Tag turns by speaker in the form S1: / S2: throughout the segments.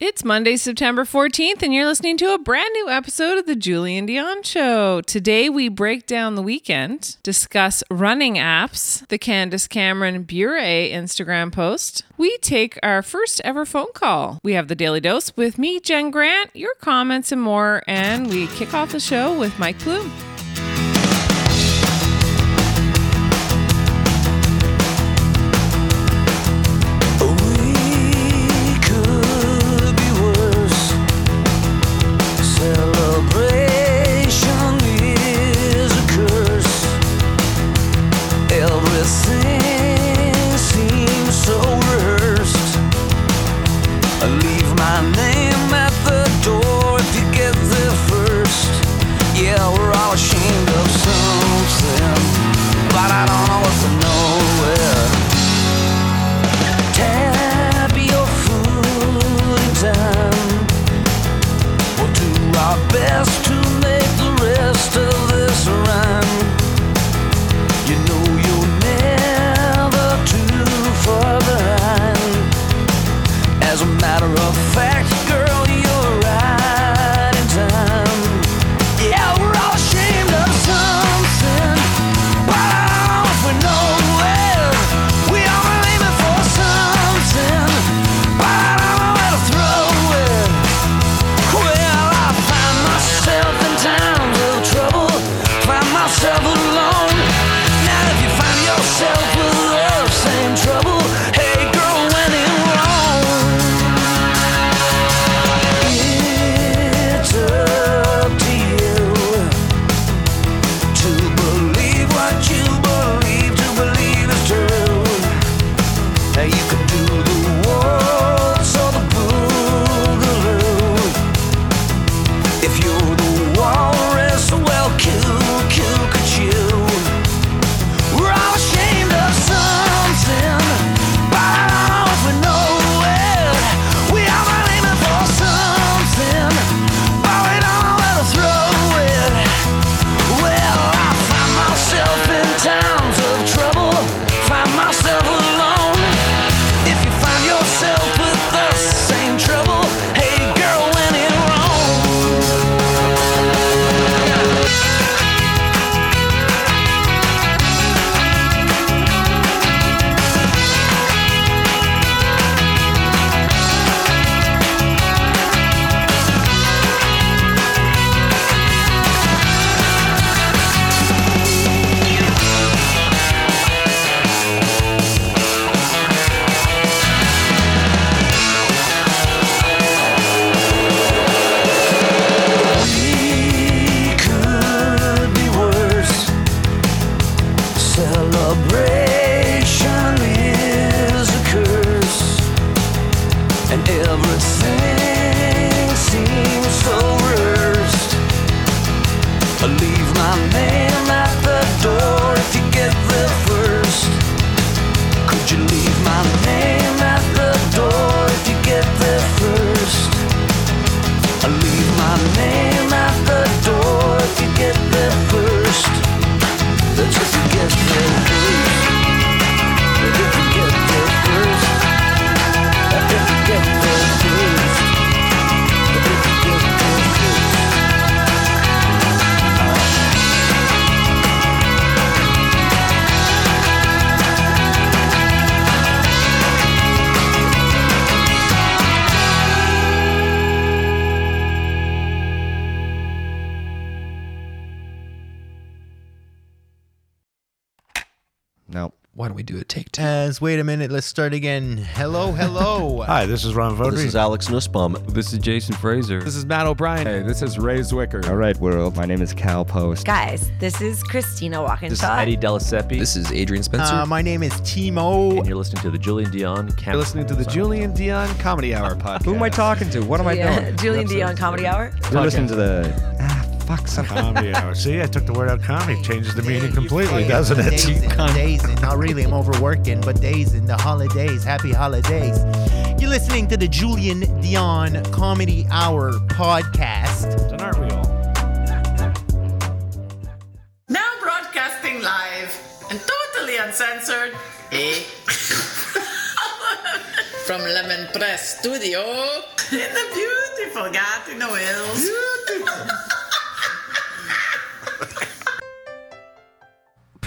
S1: It's Monday, September 14th, and you're listening to a brand new episode of The Julie and Dion Show. Today, we break down the weekend, discuss running apps, the Candace Cameron Bure Instagram post. We take our first ever phone call. We have the Daily Dose with me, Jen Grant, your comments, and more. And we kick off the show with Mike Bloom.
S2: Why don't we do a take two?
S3: As wait a minute, let's start again. Hello, hello.
S4: Hi, this is Ron Vodri.
S5: This is Alex Nussbaum.
S6: This is Jason Fraser.
S7: This is Matt O'Brien.
S8: Hey, this is Ray Zwicker.
S9: All right, world. My name is Cal Post.
S10: Guys, this is Christina Walkinshaw.
S5: This is Eddie Delaseppe.
S11: This is Adrian Spencer.
S3: Uh, my name is Timo.
S5: And you're listening to the Julian Dion. Camp-
S7: you're listening to the Julian Dion Comedy Hour podcast.
S9: Who am I talking to? What am I doing?
S10: Julian Dion Comedy Hour.
S9: You're listening to the. Ah, fuck something.
S4: Comedy hour. See, I took the word out comedy. Changes the meaning completely, doesn't it?
S3: Days and days and not really. I'm overworking, but days in the holidays. Happy holidays. You're listening to the Julian Dion Comedy Hour podcast.
S4: It's an art wheel.
S12: Now broadcasting live and totally uncensored. Eh? From Lemon Press Studio.
S13: in the beautiful Gatineau Hills.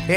S11: Hey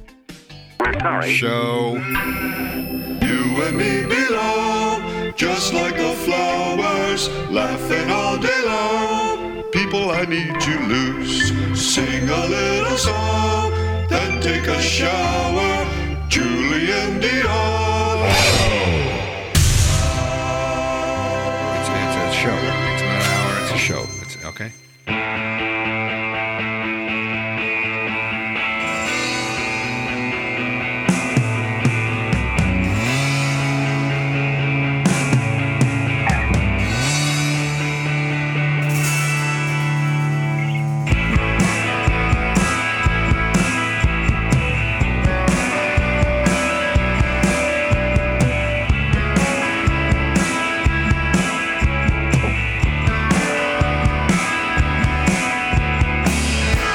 S2: Sorry. Show. You and me belong, just like the flowers, laughing all day long. People I need to lose, sing a little song, then take a shower. Julian Dion.
S14: It's, it's a show. It's not an hour. It's a show. It's okay.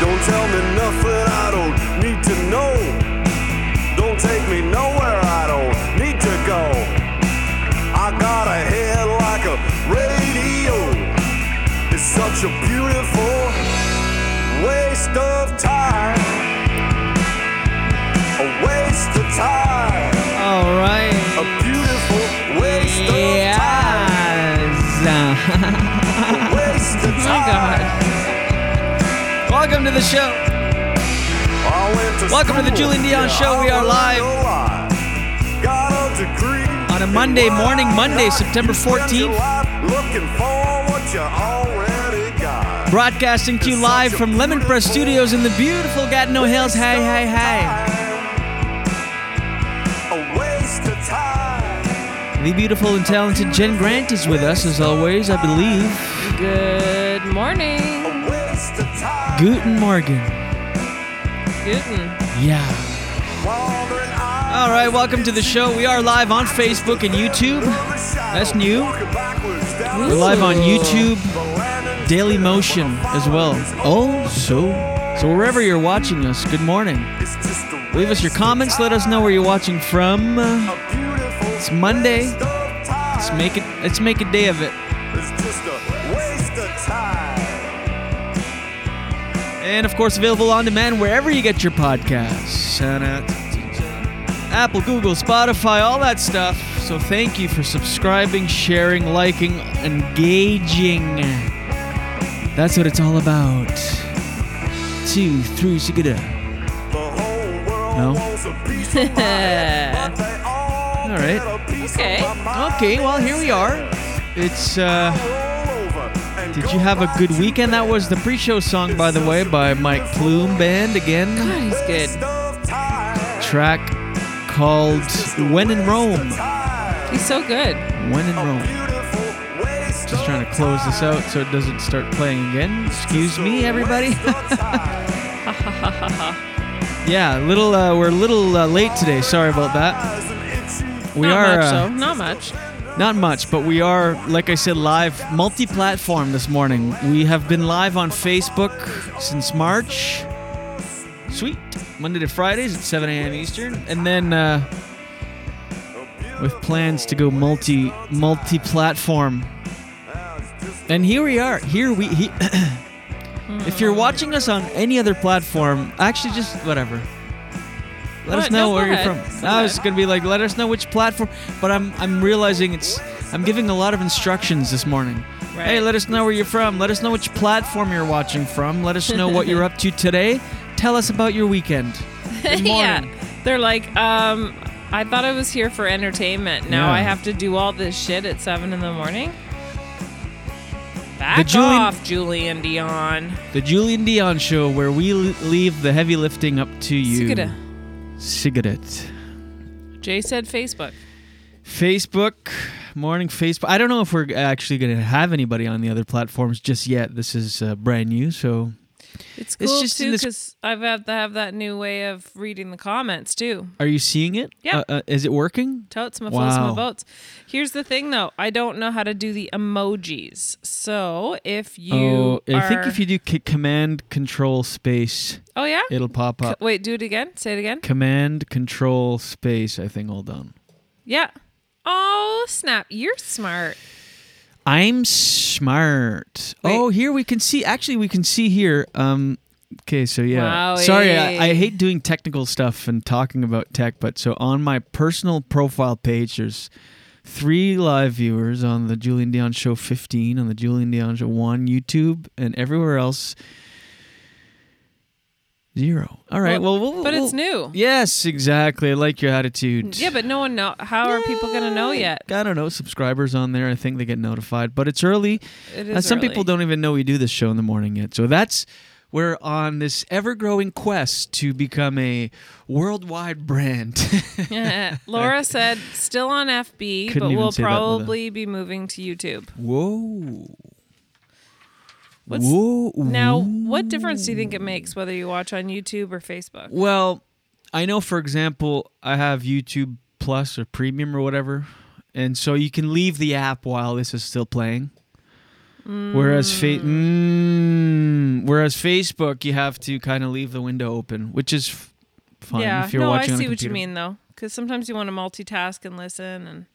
S2: Don't tell me nothing I don't need to know. Don't take me nowhere I don't need to go. I got a head like a radio. It's such a beautiful waste of time. A waste of time.
S1: All right.
S2: A beautiful waste of time. a waste of
S1: time.
S11: Welcome to the show. Welcome to the Julian Dion Show. We are live on a Monday morning, Monday, September 14th,
S2: Looking for what you already got.
S11: broadcasting to you live from Lemon Press Studios in the beautiful Gatineau Hills. Hey, hey, hey.
S2: A waste of time.
S11: The beautiful and talented Jen Grant is with us, as always, I believe.
S1: Good morning.
S2: A waste of time.
S11: Guten Morgen.
S1: Guten.
S11: Yeah.
S2: Wandering eyes.
S11: All right, welcome to the show. We are live on Facebook and YouTube. That's new.
S2: Walking backwards down
S11: We're live on YouTube,
S2: the land and
S11: Daily Motion as well. Oh, so so wherever you're watching us, good morning.
S2: it's just a
S11: Leave us your
S2: waste of
S11: comments. Let us know where you're watching from. Uh,
S2: time. Beautiful
S11: It's Monday.
S2: waste of time.
S11: Let's make it. Let's make a day of it.
S2: It's just a waste of time.
S11: And of course, available on demand wherever you get your podcasts. Shout out to Apple, Google, Spotify, all that stuff. So thank you for subscribing, sharing, liking, engaging. That's what it's all about. Two, three, shigida.
S2: The whole world
S11: No.
S2: wants a piece of my head, but they all
S11: All right.
S2: get a piece of
S1: Okay.
S2: my
S11: Okay, well here we are. It's uh
S2: Roll over and
S11: did
S2: go
S11: you have a
S2: back
S11: good
S2: to
S11: weekend? That
S2: bed.
S11: was the pre-show song by the way by Mike Plume Band again.
S1: He's good.
S2: Waste of time.
S11: Track called When in Rome.
S1: He's so good.
S11: When in Rome.
S2: Beautiful waste
S11: Just trying to close this out so it doesn't start playing again. Excuse me, everybody. yeah, little. Uh, we're a little uh, late today. Sorry about that. We
S1: Not
S11: are
S1: much,
S11: uh,
S1: though. Not much.
S11: not much, but we are, like I said, live, multi-platform this morning. We have been live on Facebook since March. Sweet. Monday to Fridays at 7 a.m. Eastern, and then uh, with plans to go multi multi-platform. And here we are. Here we. He if
S1: Hmm.
S11: you're watching us on any other platform, actually, just whatever. Let us
S1: What?
S11: know
S1: No, go
S11: where you're
S1: ahead.
S11: from.
S1: Go
S11: I was
S1: ahead.
S11: gonna be like, let us know which platform. But I'm I'm realizing it's I'm giving a lot of instructions this morning.
S1: Right.
S11: Hey, let us know where you're from. Let us know which platform you're watching from. Let us know what you're up to today. Tell us about your weekend. Good morning.
S1: yeah. They're like, um, I thought I was here for entertainment. Now
S11: Yeah.
S1: I have to do all this shit at seven in the morning. Back
S11: The Julian-
S1: off, Julian Dion.
S11: The Julian Dion Show, where we l- leave the heavy lifting up to you.
S1: Sigida.
S11: Cigarette.
S1: Jay said Facebook.
S11: Facebook,
S6: morning Facebook. I don't know if we're actually going to have anybody on the other platforms just yet. This is uh, brand new, so
S1: It's
S6: It's
S1: cool
S6: just in
S1: too
S6: this-
S1: because I've had to have that new way of reading the comments too.
S6: are you seeing it?
S1: Yeah.
S6: Uh, uh, is it working?
S1: Totes my floats my
S6: wow.
S1: boats. Here's the thing though, I don't know how to do the emojis. So if you
S6: oh, I think
S1: are-
S6: if you do c- command control space,
S1: Oh yeah,
S6: it'll pop
S1: C-
S6: up.
S1: wait, do it again. Say it again.
S6: command control space. I think all done.
S1: Yeah. Oh snap! You're smart.
S6: I'm smart. Oh, here we can see. Actually, we can see here. Um, okay, so yeah.
S1: Wowie.
S6: Sorry,
S1: eh.
S6: I, I hate doing technical stuff and talking about tech, but so on my personal profile page, there's three live viewers on the Julian Dion Show 15, on the Julian Dion Show 1, YouTube, and everywhere else. Zero. All right. Well, we'll
S1: but it's
S6: we'll-
S1: new.
S6: Yes, exactly. I like your attitude.
S1: Yeah, but no one know. How are people gonna know yet?
S6: I don't know. Subscribers on there, I think they get notified, but it's early.
S1: It is
S6: Uh, some
S1: early.
S6: people don't even know we do this show in the morning yet. So that's we're on this ever-growing quest to become a worldwide brand.
S1: Laura said still on FB,
S6: Couldn't
S1: but
S6: even
S1: we'll
S6: say that with a-
S1: probably be moving to YouTube.
S6: Whoa.
S1: What's
S6: Whoa.
S1: now? What difference do you think it makes whether you watch on YouTube or Facebook?
S6: Well, I know for example, I have YouTube Plus or Premium or whatever, and so you can leave the app while this is still playing. Whereas fa- mm, whereas Facebook, you have to kind of leave the window open, which is f- fine
S1: yeah,
S6: if you're
S1: no,
S6: watching.
S1: I
S6: on a
S1: see what you
S6: computer.
S1: mean though, because sometimes you want to multitask and listen. And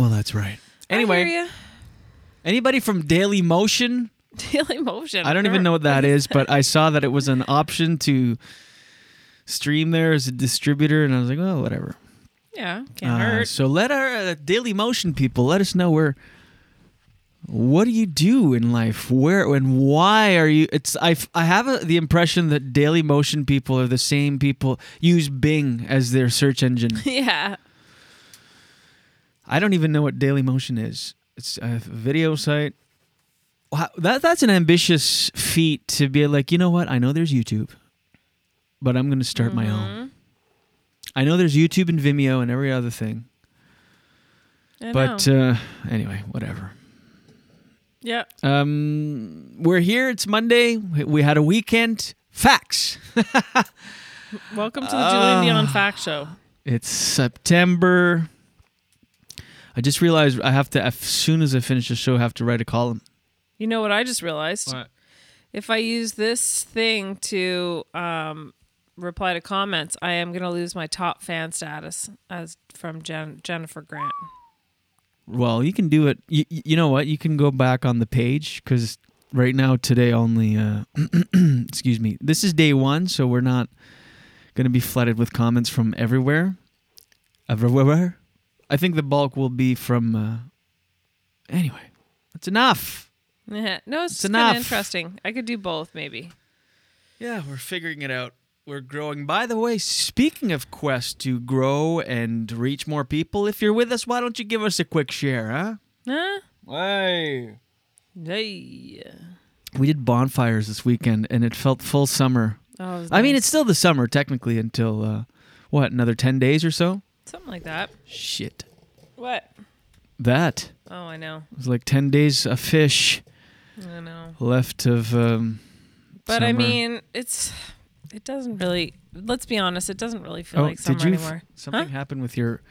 S6: Well, that's right.
S1: I
S6: Anyway,
S1: hear ya.
S6: anybody from Daily Motion?
S1: Daily Motion.
S6: I don't even know what that is, but I saw that it was an option to stream there as a distributor, and I was like, oh, whatever.
S1: Yeah, can't
S6: Uh,
S1: hurt.
S6: So let our uh, Daily Motion people let us know where. What do you do in life? Where and why are you? It's I. f- I have a, the impression that Daily Motion people are the same people use Bing as their search engine.
S1: yeah.
S6: I don't even know what Daily Motion is. It's a video site. Wow, that that's an ambitious feat to be like. You know what? I know there's YouTube, but I'm going to start my
S1: Mm-hmm.
S6: own. I know there's YouTube and Vimeo and every other thing.
S1: I
S6: But
S1: know.
S6: uh, anyway, whatever.
S1: yeah,
S6: Um, we're here. It's Monday. We had a weekend. Facts.
S1: welcome to the
S6: uh,
S1: Julian Dion Fact Show.
S6: It's September. I just realized I have to, as soon as I finish the show, I have to write a column.
S1: You know what I just realized? If I use this thing to um, reply to comments, I am going to lose my top fan status as from Jen- Jennifer Grant.
S6: Well, you can do it. You, you know what? You can go back on the page because right now, today only, uh, excuse me, this is day one, so we're not going to be flooded with comments from everywhere. Everywhere. I think the bulk will be from. Uh, anyway, that's enough.
S1: Yeah, no, it's,
S6: It's
S1: just kind
S6: enough.
S1: of interesting. I could do both, maybe.
S6: Yeah, we're figuring it out. We're growing. By the way, speaking of Quest to grow and reach more people, if you're with us, why don't you give us a quick share, huh?
S1: Huh?
S6: Hey.
S1: Hey.
S6: We did bonfires this weekend, and it felt full summer.
S1: Oh, it was
S6: I mean,
S1: nice.
S6: it's still the summer technically until uh, what another ten days or so.
S1: Something like that.
S6: Shit,
S1: What?
S6: that
S1: Oh, I know.
S6: it was like ten days of fish
S1: I know.
S6: left of. Um,
S1: But I
S6: summer.
S1: mean, it's it doesn't really. Let's be honest, it doesn't really feel
S6: oh,
S1: like summer
S6: did you f-
S1: anymore.
S6: something
S1: Huh?
S6: happened with your?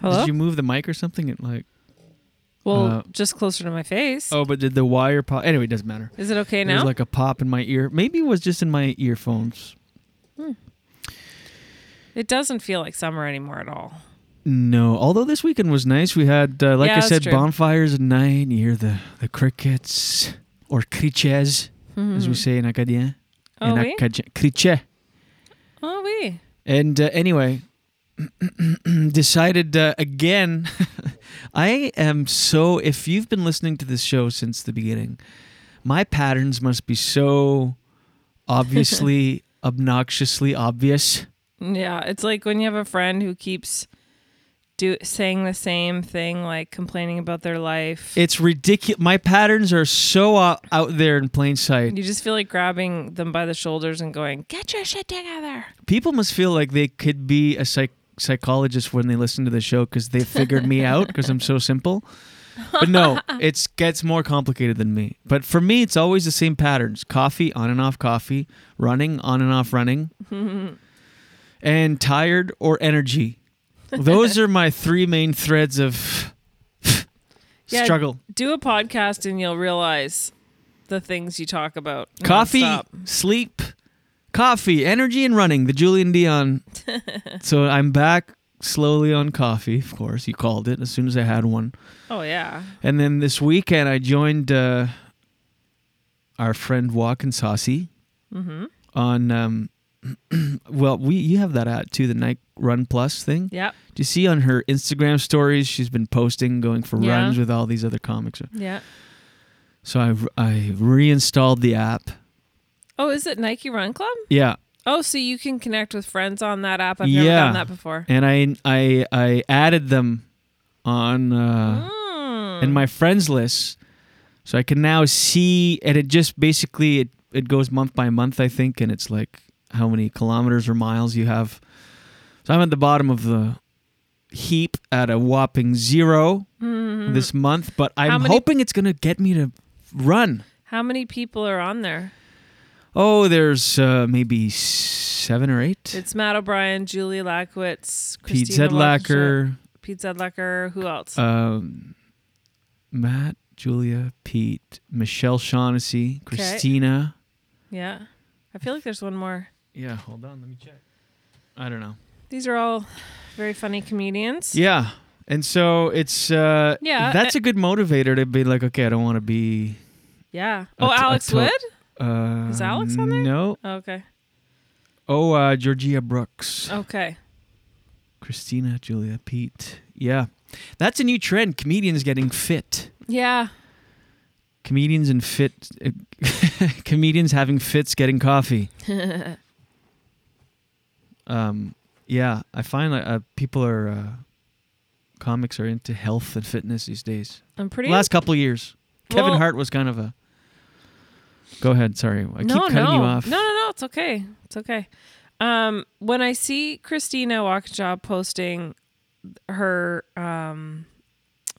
S1: Hello?
S6: Did you move the mic or something? It like.
S1: Well,
S6: uh,
S1: just closer to my face.
S6: Oh, but did the wire pop? Anyway, it doesn't matter.
S1: Is it okay
S6: It was
S1: now?
S6: like a pop in my ear. Maybe it was just in my earphones.
S1: It doesn't feel like summer anymore at all.
S6: No, although this weekend was nice. We had, uh, like
S1: Yeah,
S6: I
S1: that's
S6: said,
S1: true.
S6: bonfires at night. You hear the, the crickets or criches, as we
S1: Mhm.
S6: say in Acadien.
S1: Oh,
S6: in
S1: oui?
S6: Acadien. Criche.
S1: Oh, we.
S6: And uh, anyway, decided uh, again. I am so. If you've been listening to this show since the beginning, my patterns must be so obviously, obnoxiously obvious.
S1: Yeah, it's like when you have a friend who keeps do saying the same thing, like complaining about their life.
S6: It's ridiculous. My patterns are so uh, out there in plain sight.
S1: You just feel like grabbing them by the shoulders and going, "Get your shit together."
S6: People must feel like they could be a psych- psychologists when they listen to the show because they figured me out because I'm so simple. But no, it gets more complicated than me. But for me, it's always the same patterns: coffee, on and off coffee, running, on and off running, and tired or energy. Those are my three main threads of
S1: Yeah,
S6: struggle.
S1: Do a podcast and you'll realize the things you talk about.
S6: coffee,
S1: nonstop.
S6: sleep, coffee, energy, and running. The Julian Dion. so I'm back slowly on coffee. Of course, you called it as soon as I had one.
S1: Oh yeah.
S6: And then this weekend, I joined uh, our friend Walk and Saucy
S1: Mm-hmm.
S6: on. Um, well, we you have that at too the Nike Run Plus thing.
S1: Yep.
S6: Do you see on her Instagram stories? She's been posting going for
S1: Yeah.
S6: runs with all these other comics.
S1: Yeah.
S6: So I I reinstalled the app.
S1: Oh, is it Nike Run Club?
S6: Yeah.
S1: Oh, so you can connect with friends on that app. I've never
S6: yeah.
S1: done that before.
S6: And I I I added them on uh,
S1: Hmm.
S6: in my friends list, so I can now see. And it just basically it it goes month by month, I think, and it's like how many kilometers or miles you have. So I'm at the bottom of the heap at a whopping 0
S1: Mhm.
S6: this month, but I'm
S1: How many-
S6: hoping it's gonna get me to run.
S1: How many people are on there?
S6: Oh, there's uh, maybe seven or eight.
S1: It's Matt O'Brien, Julie Lackwitz,
S6: Pete
S1: Christina
S6: Zedlacker.
S1: Walsh- Pete Zedlacker. Who else?
S6: Um, Matt, Julia, Pete, Michelle Shaughnessy, Christina.
S1: yeah. I feel like there's one more.
S6: Yeah, hold on, let me check. I don't know.
S1: These are all very funny comedians.
S6: Yeah. And so it's uh
S1: Yeah,
S6: that's
S1: uh,
S6: a good motivator to be like, okay, I don't want to be
S1: Yeah.
S6: a
S1: Oh,
S6: t- a
S1: Alex
S6: to-
S1: Wood?
S6: Uh,
S1: Is Alex on there?
S6: No.
S1: Oh, okay.
S6: Oh, uh Georgia Brooks.
S1: Okay.
S6: Christina, Julia, Pete. Yeah. That's a new trend, comedians getting fit.
S1: Yeah.
S6: Comedians and fit comedians having fits getting coffee. um yeah i find like uh, people are uh, comics are into health and fitness these days
S1: I'm pretty-
S6: last couple of years kevin
S1: Well-
S6: hart was kind of a go ahead sorry i keep cutting
S1: no.
S6: you off
S1: No, no, no. It's okay. It's okay. Um, when I see Christina Walkinshaw posting her, um,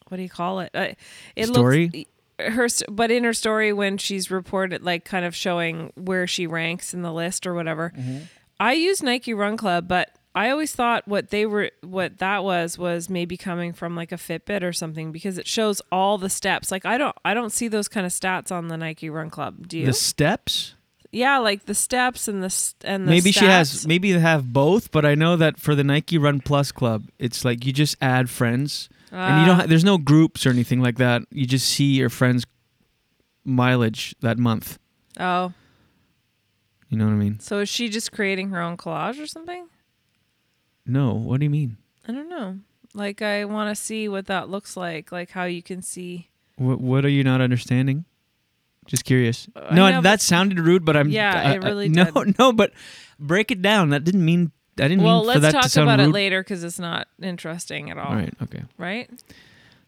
S1: what do you call it? Uh, it
S6: Story?
S1: Looks, her, st- but in her story when she's reported, like kind of showing where she ranks in the list or whatever.
S6: Mm-hmm.
S1: I use Nike Run Club, but I always thought what they were, what that was, was maybe coming from like a Fitbit or something because it shows all the steps. Like I don't, I don't see those kind of stats on the Nike Run Club. Do you?
S6: the steps
S1: Yeah, like the steps and the st- and the
S6: maybe she
S1: stats.
S6: has maybe they have both but i know that for the nike run plus club it's like you just add friends and you don't
S1: Ah.
S6: ha- there's no groups or anything like that you just see your friends mileage that month
S1: Oh,
S6: you know what i mean
S1: so is she just creating her own collage or something?
S6: no what do you mean
S1: I don't know. Like I want to see what that looks like, like how you can see.
S6: What What are you not understanding? Just curious.
S1: I know,
S6: no, that
S1: Uh, but-
S6: sounded rude, but I'm.
S1: Yeah,
S6: I-
S1: it
S6: I-
S1: really
S6: No, no, but break it down. That didn't mean. I didn't
S1: Well,
S6: mean for
S1: let's
S6: that to
S1: talk
S6: sound
S1: about it
S6: rude.
S1: later because it's not interesting at all.
S6: All right. Okay.
S1: Right?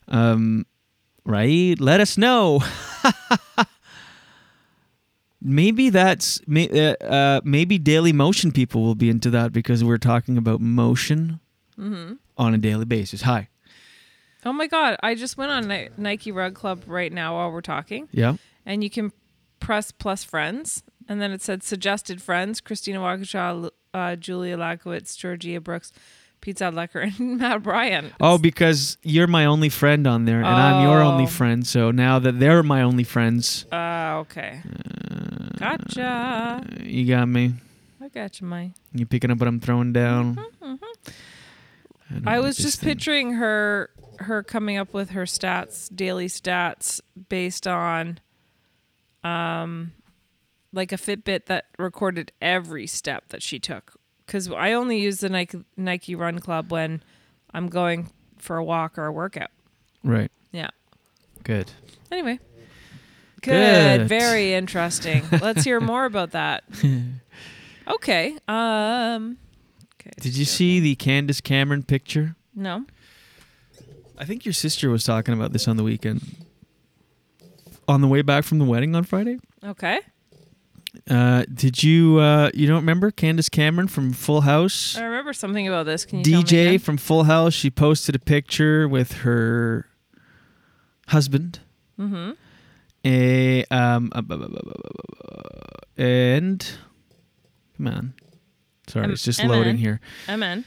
S6: Um, right. Let us know. maybe that's may, uh, uh, maybe daily motion people will be into that because we're talking about motion
S1: Mm-hmm.
S6: on a daily basis. Hi.
S1: Oh my God! I just went on Ni- Nike Rug Club right now while we're talking.
S6: Yeah.
S1: And you can press plus friends, and then it said suggested friends: Christina Waukesha, uh, Julia Lakowitz, Georgia Brooks, Pete Sadlecker, and Matt Bryan.
S6: Oh, because you're my only friend on there, and I'm your only
S1: Oh.
S6: friend. So now that they're my only friends,
S1: Uh, okay. Gotcha.
S6: You got me.
S1: I gotcha, Mike.
S6: You picking up what I'm throwing down? don't
S1: Mm-hmm, I
S6: like
S1: was
S6: this
S1: just
S6: thing.
S1: picturing her her coming up with her stats, daily stats based on um like a Fitbit that recorded every step that she took cuz I only use the Nike Nike Run Club when I'm going for a walk or a workout.
S6: Right.
S1: Yeah.
S6: Good.
S1: Anyway. Good.
S6: Good.
S1: Very interesting. Let's hear more about that. Okay. Um
S6: Did you see the Candace Cameron picture?
S1: no.
S6: I think your sister was talking about this on the weekend. On the way back from the wedding on Friday?
S1: Okay.
S6: Uh, did you uh, you don't remember Candace Cameron from Full House?
S1: I remember remember something about this. Can you tell me
S6: DJ
S1: again?
S6: from Full House, she posted a picture with her husband.
S1: Mhm.
S6: A um a- bu- bu- bu- bu- bu- bu- and come on. Sorry,
S1: I'm-
S6: it's just
S1: I'm
S6: loading
S1: in.
S6: here.
S1: I'm in.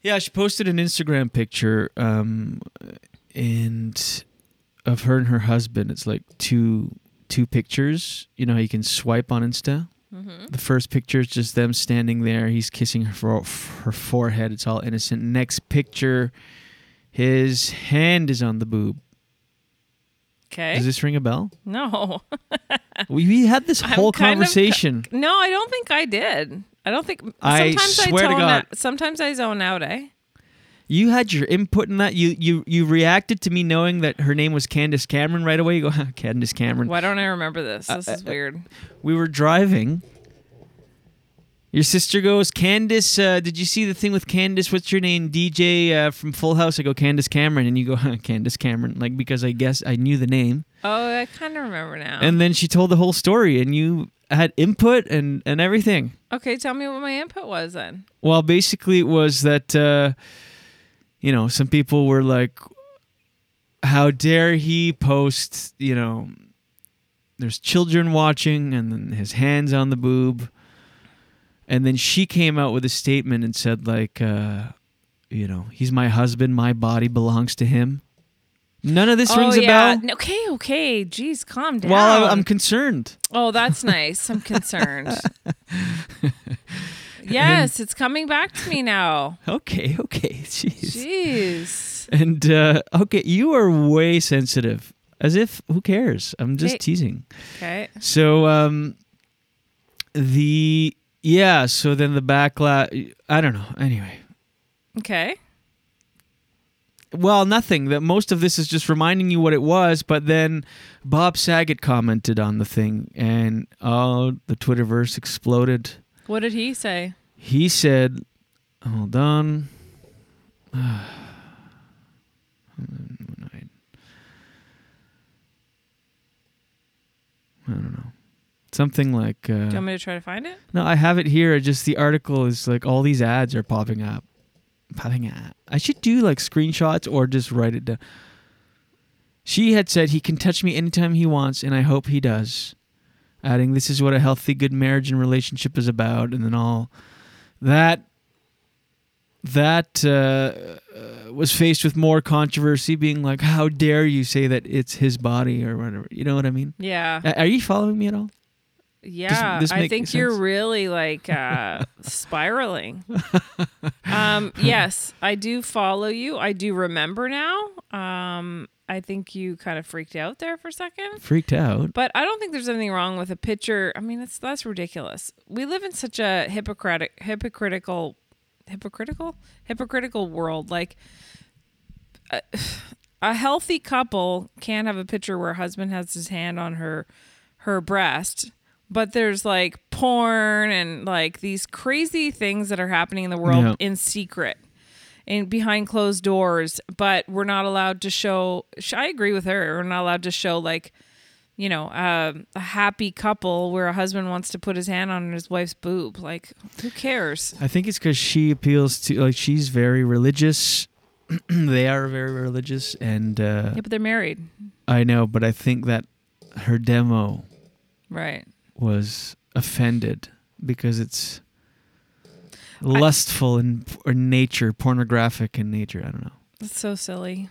S6: Yeah, she posted an Instagram picture um and of her and her husband. It's like two two pictures. You know how you can swipe on Insta.
S1: Mhm.
S6: The first picture is just them standing there. He's kissing her for her forehead. It's all innocent. Next picture, his hand is on the boob.
S1: Okay.
S6: Does this ring a bell?
S1: No.
S6: We, we had this
S1: I'm
S6: whole
S1: kind of co-
S6: conversation.
S1: no, I don't think I did. I don't think.
S6: I
S1: sometimes
S6: swear to
S1: tone
S6: God.
S1: out- sometimes I zone out, eh?
S6: You had your input in that. You you you reacted to me knowing that her name was Candace Cameron right away. You go, "Ah, Candace Cameron.
S1: Why don't I remember this? This
S6: Uh,
S1: is
S6: uh, uh,
S1: weird.
S6: We were driving. Your sister goes, Candace. Uh, did you see the thing with Candace? What's your name, DJ uh, from Full House? I go, Candace Cameron, and you go, "Huh, Candace Cameron, like because I guess I knew the name.
S1: Oh, I kind of remember now.
S6: And then she told the whole story, and you had input and and everything.
S1: okay, tell me what my input was then.
S6: Well, basically, it was that uh, you know some people were like, "How dare he post?" You know, there's children watching, and then his hands on the boob, and then she came out with a statement and said like, uh, "You know, he's my husband. My body belongs to him." None of this
S1: oh,
S6: rings
S1: yeah.
S6: a bell.
S1: N- Okay, okay. Jeez, calm down.
S6: Well, I'm- I'm concerned.
S1: oh, that's nice. I'm concerned. yes, it's coming back to me now.
S6: Okay, okay. Jeez.
S1: Jeez.
S6: And uh, okay, you are way sensitive. As if who cares? I'm just
S1: Hey.
S6: teasing.
S1: Okay.
S6: So um the yeah, so then the backlash I don't know. Anyway.
S1: Okay.
S6: Well, nothing. That most of this is just reminding you what it was, but then Bob Saget commented on the thing and oh, the Twitterverse exploded.
S1: What did he say?
S6: He said, "Hold on." I don't know. Something like. Uh,
S1: Do you want me to try to find it?
S6: no, I have it here. It Just the article is like all these ads are popping up, popping up. I should do like screenshots or just write it down. She had said he can touch me anytime he wants, and I hope he does. Adding, this is what a healthy, good marriage and relationship is about, and then all that that uh, uh, was faced with more controversy, being like, "How dare you say that it's his body or whatever?" You know what I mean?
S1: Yeah.
S6: A- Are you following me at all?
S1: Yeah,
S6: Uh, this
S1: I
S6: make
S1: think you're
S6: sense?
S1: really like uh, spiraling. um, yes, I do follow you. I do remember now. Um, I think you kind of freaked out there for a second.
S6: Freaked out.
S1: But I don't think there's anything wrong with a picture. I mean, that's that's ridiculous. We live in such a hypocritic, hypocritical, hypocritical, hypocritical world. Like a, a healthy couple can't have a picture where husband has his hand on her her breast. But there's like porn and like these crazy things that are happening in the world
S11: Yeah.
S1: in secret and behind closed doors. But we're not allowed to show. sh- I agree with her. We're not allowed to show like you know, um a happy couple where a husband wants to put his hand on his wife's boob. Like, who cares?
S6: I think it's because she appeals to like she's very religious. they are very religious, and uh,
S1: Yeah, but they're married,
S6: I know, but I think that her demo
S1: right?
S6: was offended because it's lustful in or nature, pornographic in nature. I don't know.
S1: That's so silly.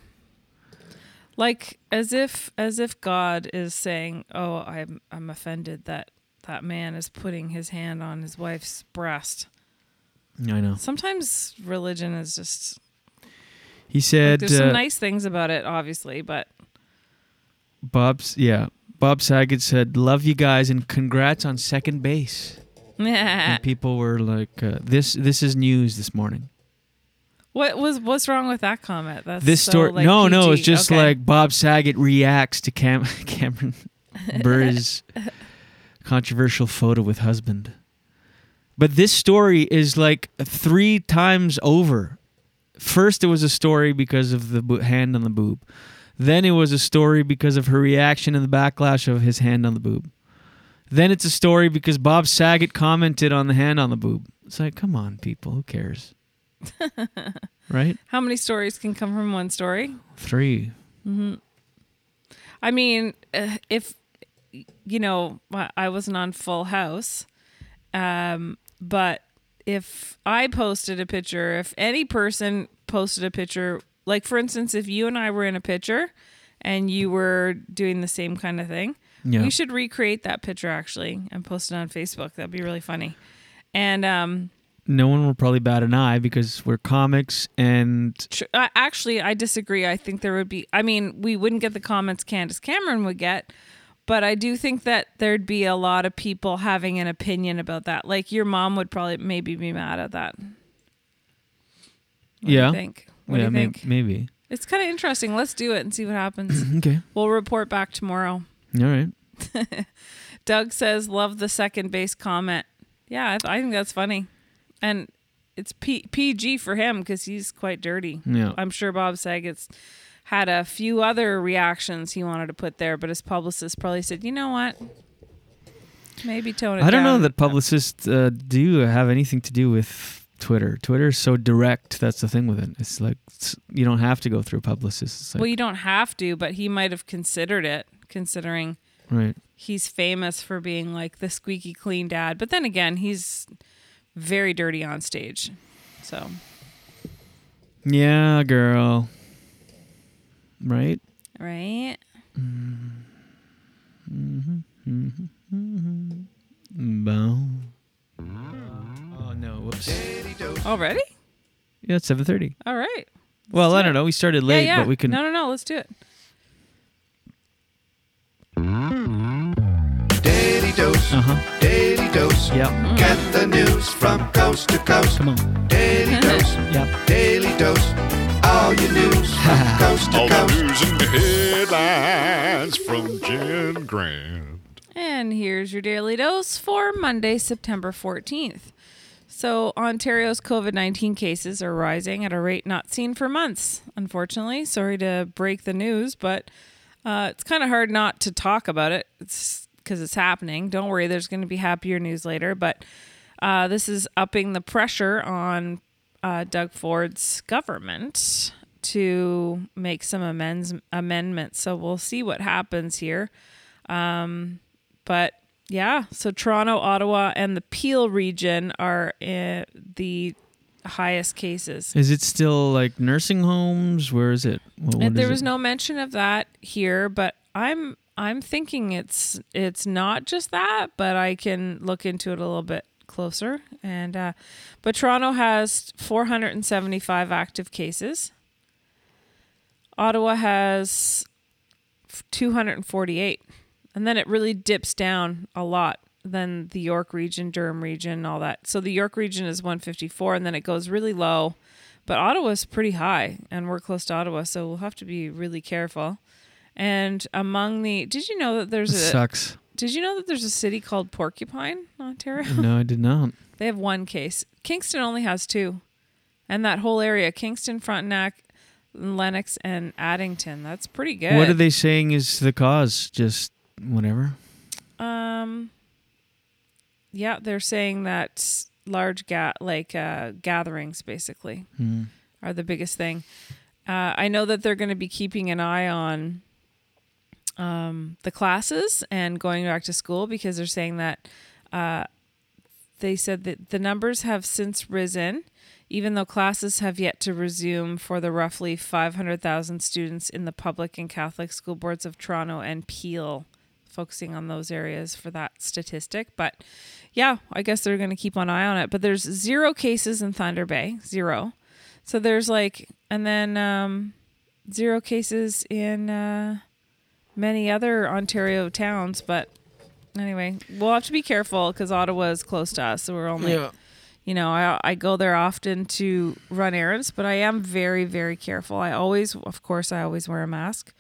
S1: Like as if as if God is saying, "Oh, I'm I'm offended that that man is putting his hand on his wife's breast."
S6: I know.
S1: Sometimes religion is just.
S6: He
S1: Like,
S6: said
S1: there's some
S6: uh,
S1: nice things about it, obviously, but
S6: Bob's yeah. Bob Saget said, "Love you guys and congrats on second base."
S1: Ah.
S6: and people were like, uh, "This this is news this morning."
S1: what was what's wrong with that comment? That's
S6: this
S1: so,
S6: story
S1: Like,
S6: no no
S1: PG.
S6: it's just
S1: Okay.
S6: like bob saget reacts to Cam- cameron burr's controversial photo with husband but this story is like three times over first it was a story because of the bo- hand on the boob then it was a story because of her reaction and the backlash of his hand on the boob then it's a story because bob saget commented on the hand on the boob it's like come on people who cares right?
S1: How many stories can come from one story?
S6: Three.
S1: hmm I mean, uh, if you know, I I wasn't on Full House, um, but if I posted a picture, if any person posted a picture, like for instance, if you and I were in a picture and you were doing the same kind of thing,
S6: Yeah.
S1: we should recreate that picture actually and post it on Facebook. That'd be really funny. And um,
S6: No one will probably bat an eye because we're comics and
S1: tr- uh, actually, I disagree. I think there would be, I mean, we wouldn't get the comments Candace Cameron would get, but I do think that there'd be a lot of people having an opinion about that. Like your mom would probably maybe be mad at that. do you
S6: yeah.
S1: think? What do
S6: yeah,
S1: you
S6: may-
S1: think?
S6: maybe.
S1: It's kind of interesting. Let's do it and see what happens.
S6: Okay.
S1: We'll report back tomorrow.
S6: All right.
S1: Doug says, "Love the second base comment." Yeah, I, th- I think that's funny, and it's P- PG for him because he's quite dirty.
S6: Yeah.
S1: I'm sure Bob Saget's had a few other reactions he wanted to put there, but his publicist probably said, "You know what? Maybe tone it
S6: I don't know
S1: down."
S6: that publicists uh, do have anything to do with Twitter. Twitter is so direct. That's the thing with it. It's like it's, you don't have to go through publicists. It's like,
S1: well, you don't have to, but he might have considered it, considering
S6: right.
S1: he's famous for being like the squeaky clean dad. But then again, he's very dirty on stage, so.
S6: Yeah, girl. Right?
S1: Right?
S6: Mm-hmm. Mm-hmm. Boom. Oh no! Whoops.
S1: Already?
S6: Yeah, it's seven thirty.
S1: All right.
S6: Well, I don't know. We started late,
S1: yeah, yeah.
S6: but we can.
S1: No, no, no. Let's do it.
S15: Daily dose.
S6: Uh-huh.
S15: Daily dose.
S6: Yep.
S15: Get the news from coast to coast. Come
S6: on.
S15: Daily dose.
S6: Yep.
S15: Daily dose. All your news from coast to
S16: All the
S15: coast.
S16: news and headlines from Jen Grant.
S1: And here's your daily dose for Monday, September 14th. So, Ontario's COVID 19 cases are rising at a rate not seen for months, unfortunately. Sorry to break the news, but uh, it's kind of hard not to talk about it because it's, happening. Don't worry, there's going to be happier news later. But uh, this is upping the pressure on uh, Doug Ford's government to make some amends, amendments. So, we'll see what happens here. Um, but yeah, so Toronto, Ottawa, and the Peel region are uh, the highest cases.
S6: Is it still like nursing homes? Where is it? What, what
S1: And there
S6: is
S1: was
S6: it?
S1: no mention of that here, but I'm I'm thinking it's it's not just that, but I can look into it a little bit closer. And uh, but Toronto has 475 active cases. Ottawa has 248. And then it really dips down a lot Then the York region, Durham region, all that. So the York region is 154 and then it goes really low. But Ottawa's pretty high and we're close to Ottawa, so we'll have to be really careful. And among the Did you know that there's
S6: This
S1: a
S6: sucks.
S1: Did you know that there's a city called Porcupine, Ontario?
S6: No, I did not.
S1: They have one case. Kingston only has two. And that whole area, Kingston, Frontenac, Lennox, and Addington. That's pretty good.
S6: What are they saying is the cause? Just whatever.
S1: Um. Yeah, they're saying that large ga- like uh, gatherings basically
S6: Hmm.
S1: are the biggest thing. Uh, I know that they're going to be keeping an eye on um, the classes and going back to school because they're saying that uh, they said that the numbers have since risen, even though classes have yet to resume for the roughly 500,000 students in the public and Catholic school boards of Toronto and Peel, focusing on those areas for that statistic. But yeah, I guess they're going to keep an eye on it. But there's zero cases in Thunder Bay, zero. So there's like, and then um, zero cases in uh, many other Ontario towns, but anyway, we'll have to be careful because Ottawa is close to us, so we're only,
S6: Yeah.
S1: you know, I I go there often to run errands, but I am very very careful. I always, of course, I always wear a mask,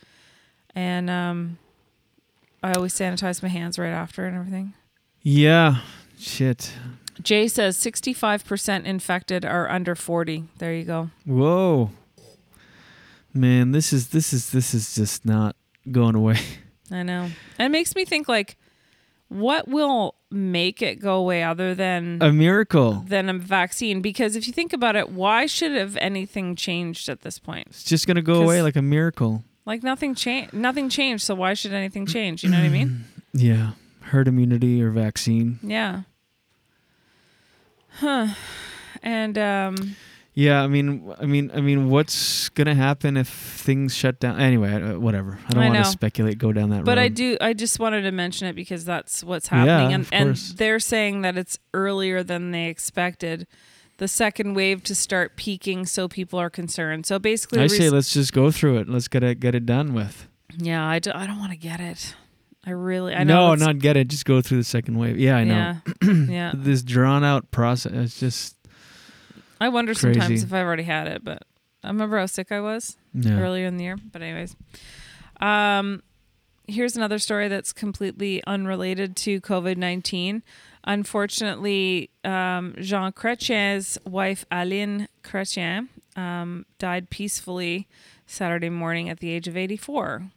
S1: and um, I always sanitize my hands right after and everything.
S6: Yeah. Shit.
S1: Jay says sixty five percent infected are under forty. There you go.
S6: Whoa. Man, this is this is this is just not going away.
S1: I know. And it makes me think like what will make it go away other than
S6: A miracle.
S1: than a vaccine? Because if you think about it, why should have anything changed at this point?
S6: It's just gonna go away
S1: 'Cause-
S6: like a miracle.
S1: Like nothing changed. Nothing changed. So why should anything change? You know what I mean?
S6: Yeah, herd immunity or vaccine.
S1: Yeah. Huh. And um,
S6: Yeah, I mean, I mean, I mean, what's gonna happen if things shut down? Anyway, uh, whatever. I don't
S1: I
S6: want to
S1: know.
S6: speculate. Go down that road.
S1: But I do. I just wanted to mention it because that's what's
S6: Mm-hmm. Yeah,
S1: happening, and
S6: of
S1: and
S6: course.
S1: they're saying that it's earlier than they expected. The second wave to start peaking, so people are concerned. So basically,
S6: I
S1: res-
S6: say let's just go through it. Let's get it get it done with.
S1: yeah, I, do, not want to get it. I really, I know.
S6: no,
S1: it's-
S6: not get it. Just go through the second wave. Yeah, I know.
S1: Yeah, yeah.
S6: This drawn out process. It's just
S1: I wonder
S6: crazy.
S1: sometimes if I've already had it, but I remember how sick I was
S6: Yeah.
S1: earlier in the year. But anyways, um, here's another story that's completely unrelated to COVID nineteen. Unfortunately, um, Jean Chrétien's wife Aline Chrétien um, died peacefully Saturday morning at the age of eighty four.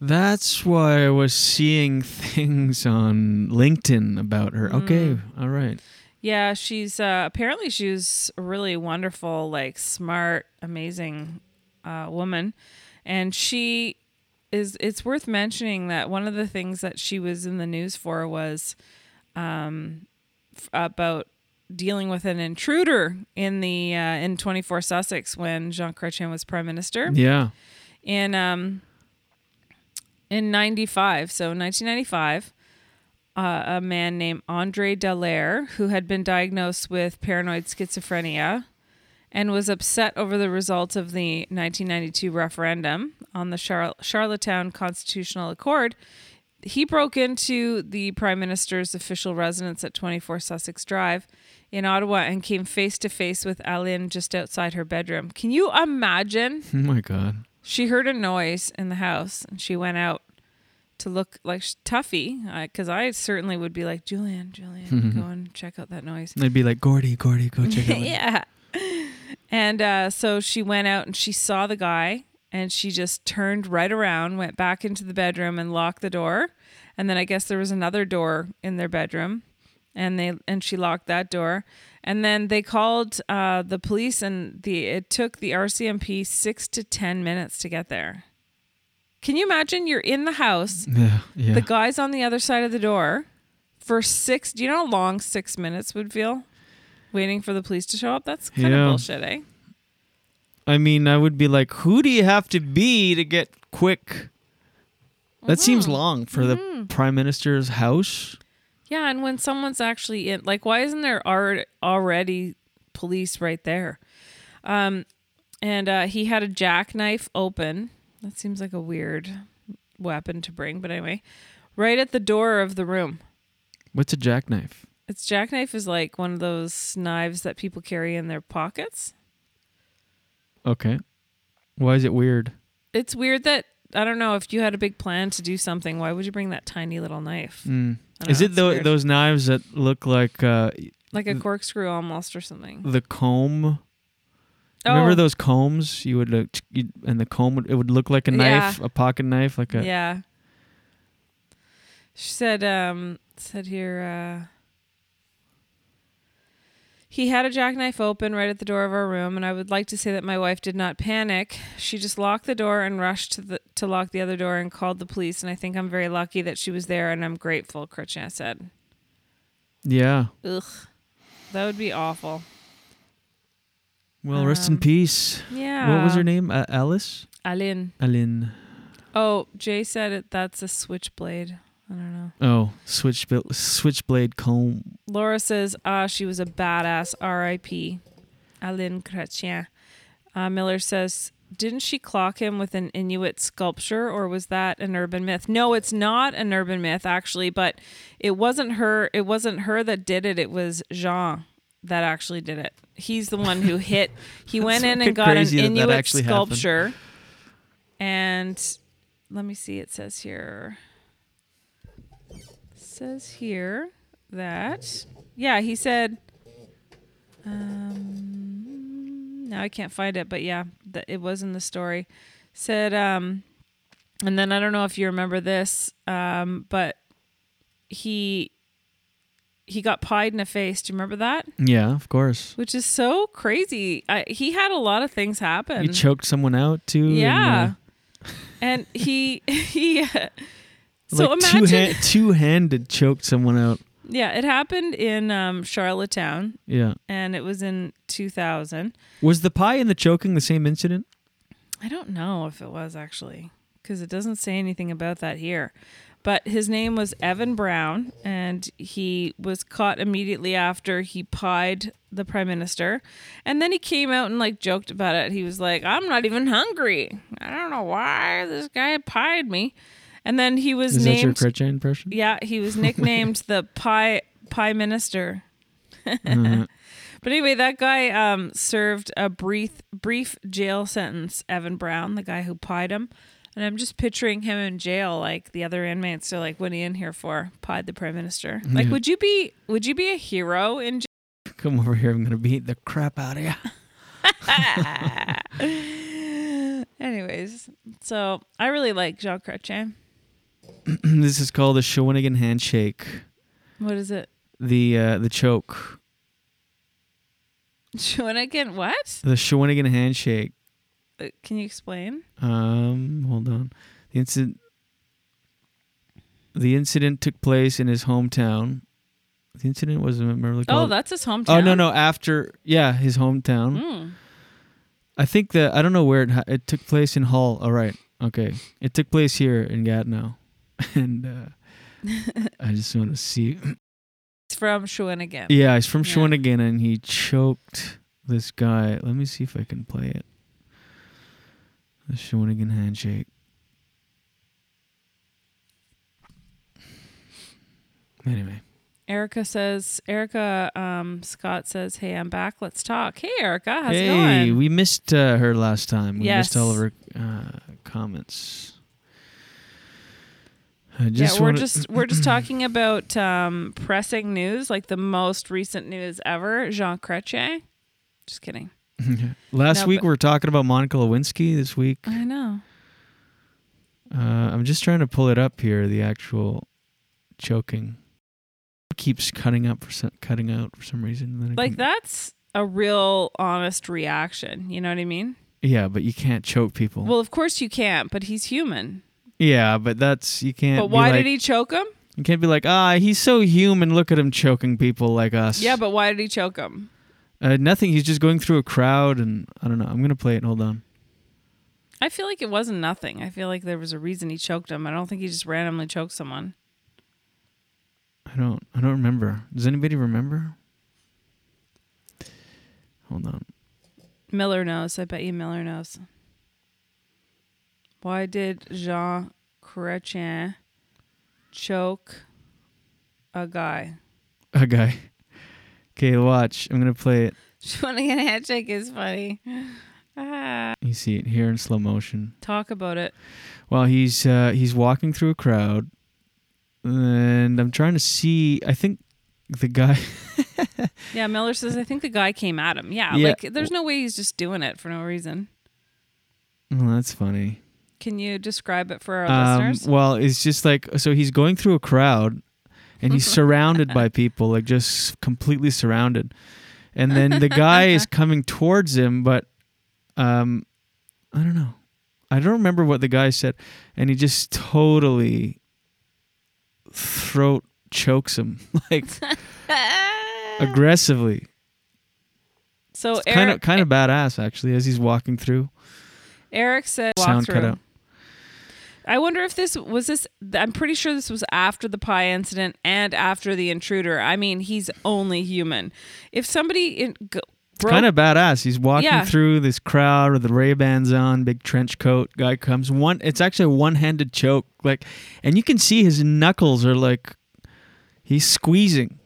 S6: that's why I was seeing things on LinkedIn about her.
S1: Mm.
S6: Okay, all right.
S1: Yeah, she's uh, apparently she was a really wonderful, like smart, amazing uh, woman, and she is. It's worth mentioning that one of the things that she was in the news for was um, f- about dealing with an intruder in the uh, in twenty four Sussex when Jean Chrétien was prime minister.
S6: Yeah.
S1: in um, in 95 so 1995 uh, a man named andre dallaire who had been diagnosed with paranoid schizophrenia and was upset over the results of the 1992 referendum on the Char- charlottetown constitutional accord he broke into the prime minister's official residence at 24 sussex drive in ottawa and came face to face with aline just outside her bedroom can you imagine
S6: Oh my god.
S1: she heard a noise in the house and she went out to look like sh- Tuffy, because I certainly would be like, Julian, Julian, go and check out that noise.
S6: They'd be like, Gordy, Gordy, go check it out.
S1: yeah. And uh, so she went out and she saw the guy and she just turned right around, went back into the bedroom and locked the door. And then I guess there was another door in their bedroom and they and she locked that door. And then they called uh, the police and the it took the RCMP six to ten minutes to get there. Can you imagine? You're in the house.
S6: Yeah, yeah.
S1: The guy's on the other side of the door for six. Do you know how long six minutes would feel? Waiting for the police to show up? That's kind
S6: Yeah.
S1: of bullshit, eh?
S6: I mean, I would be like, who do you have to be to get quick? That seems
S1: Mm.
S6: long for the prime minister's house.
S1: Yeah, and when someone's actually in, like, why isn't there alre- already police right there? Um, and uh, he had a jackknife open. That seems like a weird weapon to bring, but anyway, right at the door of the room.
S6: What's a jackknife?
S1: It's jackknife is like one of those knives that people carry in their pockets.
S6: Okay. Why is it weird?
S1: It's weird that I don't know if you had a big plan to do something. Why would you bring that tiny little knife?
S6: Mm.
S1: I don't
S6: Is
S1: know,
S6: it
S1: it's
S6: tho-
S1: weird.
S6: those knives that look like uh,
S1: like a corkscrew almost or something?
S6: the comb?
S1: Oh.
S6: Remember those combs? You would look, you'd- and the comb would, it would look like a knife,
S1: Yeah.
S6: a pocket knife, like a.
S1: Yeah. She said, um, said here, uh, he had a jackknife open right at the door of our room, and I would like to say that my wife did not panic. She just locked the door and rushed to the to lock the other door and called the police. And I think I'm very lucky that she was there, and I'm grateful. Kretschmann said,
S6: Yeah.
S1: "Ugh, that would be awful."
S6: Well, rest
S1: Um,
S6: in peace. What was
S1: yeah.
S6: her name? Uh, Alice?
S1: Aline.
S6: Aline.
S1: Oh, Jay said it. That's a switchblade. I don't know.
S6: Oh, switchblade, switchblade comb.
S1: Laura says, ah, she was a badass. R.I.P. Aline Chrétien. Uh, Miller says, didn't she clock him with an Inuit sculpture or was that an urban myth? No, it's not an urban myth actually, but it wasn't her. It wasn't her that did it. It was Jean that actually did it. He's the one who hit. He went
S6: That's
S1: in
S6: fucking
S1: and got an
S6: crazy that that
S1: Inuit
S6: actually happened.
S1: sculpture. And let me see. It says here says here that yeah he said um, now i can't find it but yeah that it was in the story said um and then i don't know if you remember this um but he he got pied in the face. Do you remember that?
S6: Yeah, of course.
S1: Which is so crazy. I, he had a lot of things happen.
S6: You choked someone out too. and,
S1: Yeah.
S6: uh,
S1: And he he. uh, so
S6: like
S1: imagine.
S6: two handed choked someone out.
S1: yeah, it happened in um, Charlottetown.
S6: Yeah.
S1: And it was in 2000.
S6: Was the pie and the choking the same incident?
S1: I don't know if it was actually because it doesn't say anything about that here. But his name was Evan Brown, and he was caught immediately after he pied the prime minister. And then he came out and like joked about it. He was like, "I'm not even hungry. I don't know why this guy pied me." And then he was
S6: Is that your
S1: named.
S6: Kretchen impression?
S1: yeah, he was nicknamed the pie pie minister.
S6: Uh,
S1: But anyway, that guy um, served a brief brief jail sentence. Evan Brown, the guy who pied him, and I'm just picturing him in jail, like the other inmates are like, "What are you in here for?" Pied the prime minister. Like,
S6: Yeah.
S1: would you be would you be a hero in jail?
S6: come over here. I'm gonna beat the crap out of you.
S1: Anyways, so I really like Jean Chrétien.
S6: this is called the Shawinigan handshake.
S1: What is it?
S6: The uh, the choke.
S1: Shawinigan? What?
S6: The Shawinigan handshake.
S1: Uh, Can you explain?
S6: Um, hold on. The incident. The incident took place in his hometown. The incident was remember
S1: Oh,
S6: called-
S1: that's his
S6: Oh
S1: hometown?
S6: no no after yeah his hometown.
S1: Mm.
S6: I think that I don't know where it ha- it took place in Hull. All right, okay, it took place here in Gatineau, and uh, I just want to see.
S1: It's from Shawinigan.
S6: Yeah, he's from Shawinigan, and he choked this guy. Let me see if I can play it. The Shawinigan handshake. Anyway,
S1: Erica says, Erica um, Scott says, Hey, I'm back. Let's talk. Hey, Erica, how's
S6: hey,
S1: it going?
S6: we missed uh, her last time. We
S1: Yes.
S6: missed all of her uh, comments. I
S1: Yeah,
S6: just
S1: we're
S6: wanna-
S1: just we're just talking about um, pressing news, like the most recent news ever. Jean Chrétien. Just kidding.
S6: Last
S1: No,
S6: week
S1: but- Uh-huh.
S6: we were talking about Monica Lewinsky. This week,
S1: I know.
S6: uh, I'm just trying to pull it up here. The actual choking It keeps cutting up for some, cutting out for some reason. Then I
S1: Like
S6: can-
S1: that's a real honest reaction. You know what I mean?
S6: Yeah, but you can't choke people.
S1: Well, of course you can't, but he's human.
S6: yeah, but that's you can't.
S1: but
S6: be
S1: why
S6: like-
S1: did he choke him?
S6: You can't be like, ah, he's so human. Look at him choking people like us.
S1: Yeah, but why did he choke him?
S6: Uh, nothing. He's just going through a crowd, and I don't know. I'm gonna play it. Hold on.
S1: I feel like it wasn't nothing. I feel like there was a reason he choked him. I don't think he just randomly choked someone.
S6: I don't. I don't remember. Does anybody remember? Hold on.
S1: Miller knows. I bet you Miller knows. Why did Jean Chrétien choke a guy?
S6: Okay. Okay, watch. I'm gonna play it.
S1: Shawinigan handshake is funny. Ah.
S6: You see it here in slow motion.
S1: Talk about it.
S6: Well, he's uh, he's walking through a crowd, and I'm trying to see. I think the guy.
S1: Yeah, Miller says I think the guy came at him. Yeah,
S6: Yeah.
S1: like there's no way he's just doing it for no reason.
S6: well, that's funny.
S1: Can you describe it for our
S6: Um,
S1: listeners?
S6: well, it's just like so he's going through a crowd, and he's surrounded by people, like just completely surrounded. And then the guy is coming towards him, but um, I don't know. I don't remember what the guy said, and he just totally throat chokes him like aggressively.
S1: So
S6: It's kind
S1: Eric, eh,
S6: of kind of badass actually as he's walking through.
S1: Eric said walk
S6: Sound cut
S1: through.
S6: out.
S1: I wonder if this was this. I'm pretty sure this was after the pie incident and after the intruder. I mean, he's only human. If somebody in, go,
S6: It's kind of badass. He's walking
S1: Yeah.
S6: through this crowd with the Ray Bans on, big trench coat. Guy comes one. It's actually a one-handed choke, like, and you can see his knuckles are like, he's squeezing.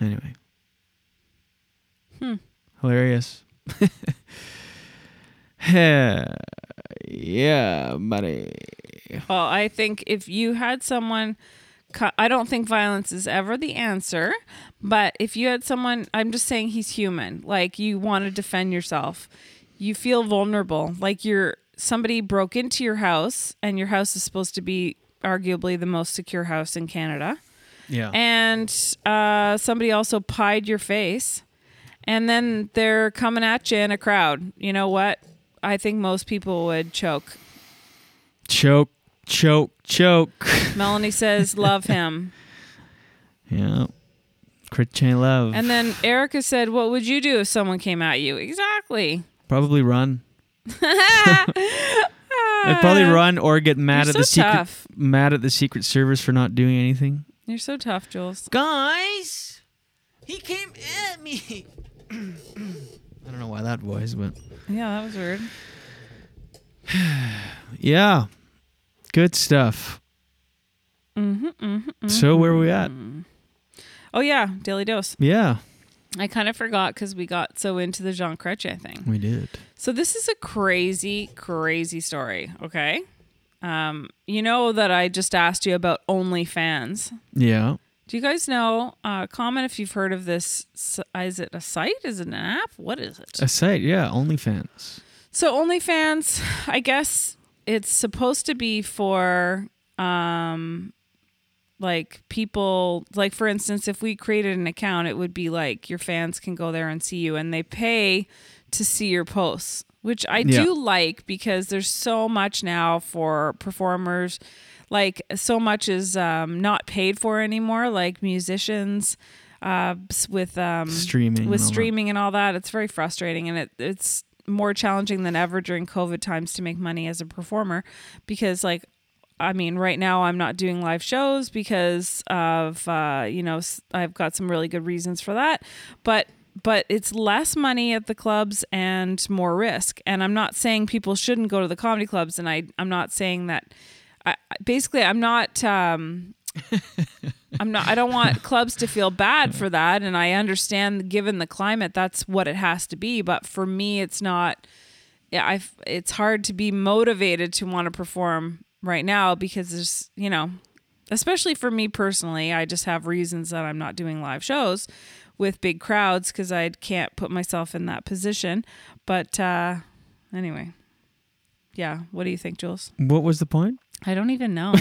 S6: Anyway,
S1: Hmm.
S6: hilarious. yeah, buddy.
S1: Well, I think if you had someone, co- I don't think violence is ever the answer, but if you had someone, I'm just saying he's human. Like you want to defend yourself, you feel vulnerable. Like you're somebody broke into your house and your house is supposed to be arguably the most secure house in Canada.
S6: Yeah.
S1: And uh, somebody also pied your face. And then they're coming at you in a crowd. You know what? I think most people would choke.
S6: Choke, choke, choke.
S1: Melanie says, Love him.
S6: Yeah. Crit chain love.
S1: And then Erica said, What would you do if someone came at you? Exactly.
S6: Probably run. I'd probably run or get mad
S1: You're
S6: at the
S1: so
S6: secret
S1: tough.
S6: mad at the Secret Service for not doing anything.
S1: You're so tough, Jules.
S6: Guys, he came at me. I don't know why that was, but
S1: Yeah, that was weird.
S6: yeah, good stuff.
S1: Mm-hmm, mm-hmm,
S6: So where are we at?
S1: Oh, yeah. Daily Dose.
S6: Yeah,
S1: I kind of forgot because we got so into the Jean Chrétien thing.
S6: we did.
S1: So this is a crazy, crazy story. Okay. Um, you know that I just asked you about OnlyFans.
S6: Yeah,
S1: Do you guys know? Uh, comment if you've heard of this. s- Is it a site? Is it an app? What is it?
S6: a site. Yeah, OnlyFans.
S1: So OnlyFans, I guess it's supposed to be for um like people like for instance if we created an account it would be like your fans can go there and see you and they pay to see your posts which i
S11: Yeah.
S1: do like because there's so much now for performers like so much is um, not paid for anymore like musicians uh, s- with um,
S6: Streaming and
S1: with
S6: all that.
S1: streaming and all that it's very frustrating and it, it's more challenging than ever during covid times to make money as a performer because like I mean, right now I'm not doing live shows because of uh, you know s- I've got some really good reasons for that, but but it's less money at the clubs and more risk. And I'm not saying people shouldn't go to the comedy clubs, and I I'm not saying that. I, I- basically, I'm not. Um, I'm not. I don't want clubs to feel bad for that, and I understand. Given the climate, that's what it has to be. But for me, it's not yeah, I have it's hard to be motivated to want to perform right now because there's, you know, especially for me personally, I just have reasons that I'm not doing live shows with big crowds cuz I can't put myself in that position. But uh anyway. Yeah, what do you think, Jules?
S6: What was the point?
S1: I don't even know.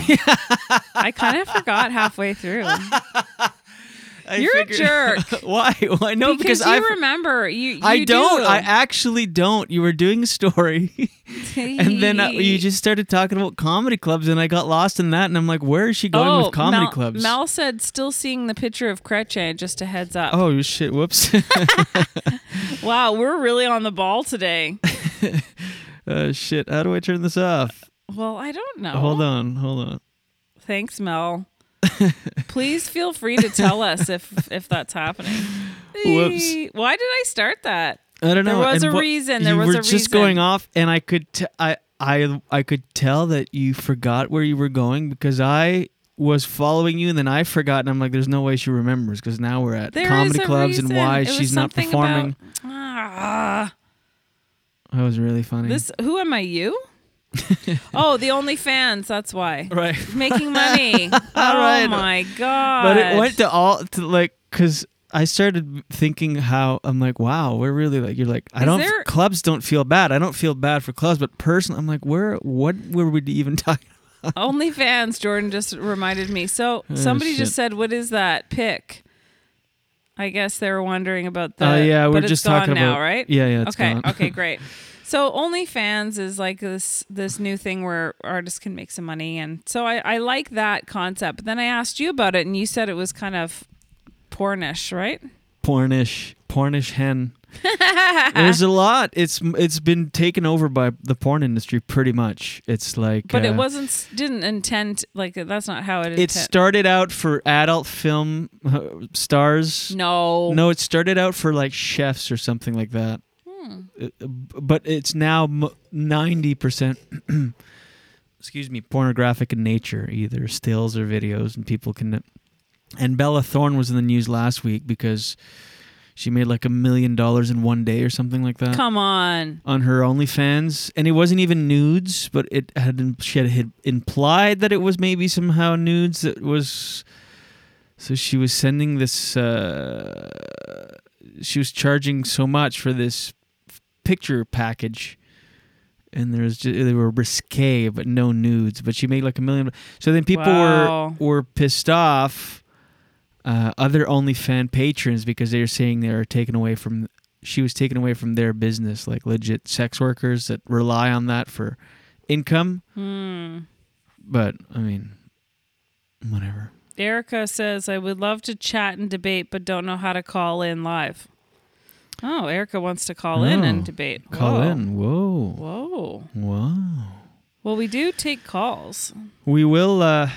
S1: I kind of forgot halfway through. You're a jerk.
S6: Why? Why? No,
S1: because,
S6: because,
S1: you
S6: I
S1: remember you, you
S6: I don't.
S1: do.
S6: I actually don't. You were doing a story, and then I, you just started talking about comedy clubs, and I got lost in that, and I'm like, where is she going
S1: Oh,
S6: with comedy
S1: Mel,
S6: clubs?
S1: Mel said, "Still seeing the picture of Creche. Just a heads up.
S6: oh shit! Whoops.
S1: Wow, we're really on the ball today.
S6: uh, shit. How do I turn this off?
S1: Well, I don't know.
S6: Hold on. Hold on.
S1: Thanks, Mel. Please feel free to tell us if if that's happening.
S6: Whoops.
S1: Eee, Why did I start that?
S6: I don't know.
S1: There was
S6: And
S1: a
S6: what-
S1: reason. There was
S6: You
S1: a
S6: were
S1: reason.
S6: just going off, and I could, t- I, I, I could tell that you forgot where you were going because I was following you, and then I forgot, and I'm like, "There's no way she remembers," because now we're at
S1: There is
S6: comedy
S1: a
S6: clubs
S1: reason.
S6: and why
S1: It was
S6: she's not
S1: something
S6: performing.
S1: about- Ah,
S6: that was really funny.
S1: this. Who am I? You? oh, the OnlyFans. That's why.
S6: Right.
S1: Making money. oh
S6: right.
S1: my god.
S6: but it went to all to like because I started thinking how I'm like, wow, we're really like you're like I
S1: Is
S6: don't
S1: there-
S6: clubs don't feel bad. I don't feel bad for clubs, but personally, I'm like, where what were we even talking?
S1: OnlyFans, Jordan just reminded me. So
S6: Oh,
S1: somebody
S6: shit.
S1: just said, "What is that pick?" I guess they were wondering about the.
S6: Oh, yeah,
S1: but
S6: we were
S1: it's
S6: just talking
S1: gone now,
S6: about-
S1: right?
S6: Yeah, yeah, it's
S1: okay,
S6: gone.
S1: okay, great. So OnlyFans is like this this new thing where artists can make some money, and so I I like that concept. But then I asked you about it, and you said it was kind of pornish, right?
S6: Pornish, Pornish hen. There's a lot. It's it's been taken over by the porn industry pretty much. It's like,
S1: But
S6: uh,
S1: it wasn't didn't intend like that's not how it.
S6: It
S1: intent-
S6: started out for adult film uh, stars.
S1: No.
S6: No, it started out for like chefs or something like that. Uh, uh, But it's now ninety percent. Excuse me, pornographic in nature, either stills or videos, and people can. And Bella Thorne was in the news last week because she made like a million dollars in one day or something like that
S1: Come on.
S6: on her OnlyFans, and it wasn't even nudes, but it had she had, had implied that it was maybe somehow nudes that was. So she was sending this. Uh, she was charging so much for this f- picture package and there's just, they were risque but no nudes but she made like a million so then people
S1: Wow.
S6: were were pissed off uh, other OnlyFan patrons because they were saying they were taken away from she was taken away from their business like legit sex workers that rely on that for income
S1: Hmm.
S6: but I mean whatever
S1: Erica says, I would love to chat and debate, but don't know how to call in live. Oh, Erica wants to call in
S6: Oh,
S1: and debate.
S6: call
S1: Whoa.
S6: in whoa
S1: Whoa.
S6: wow
S1: Well, we do take calls.
S6: We will. uh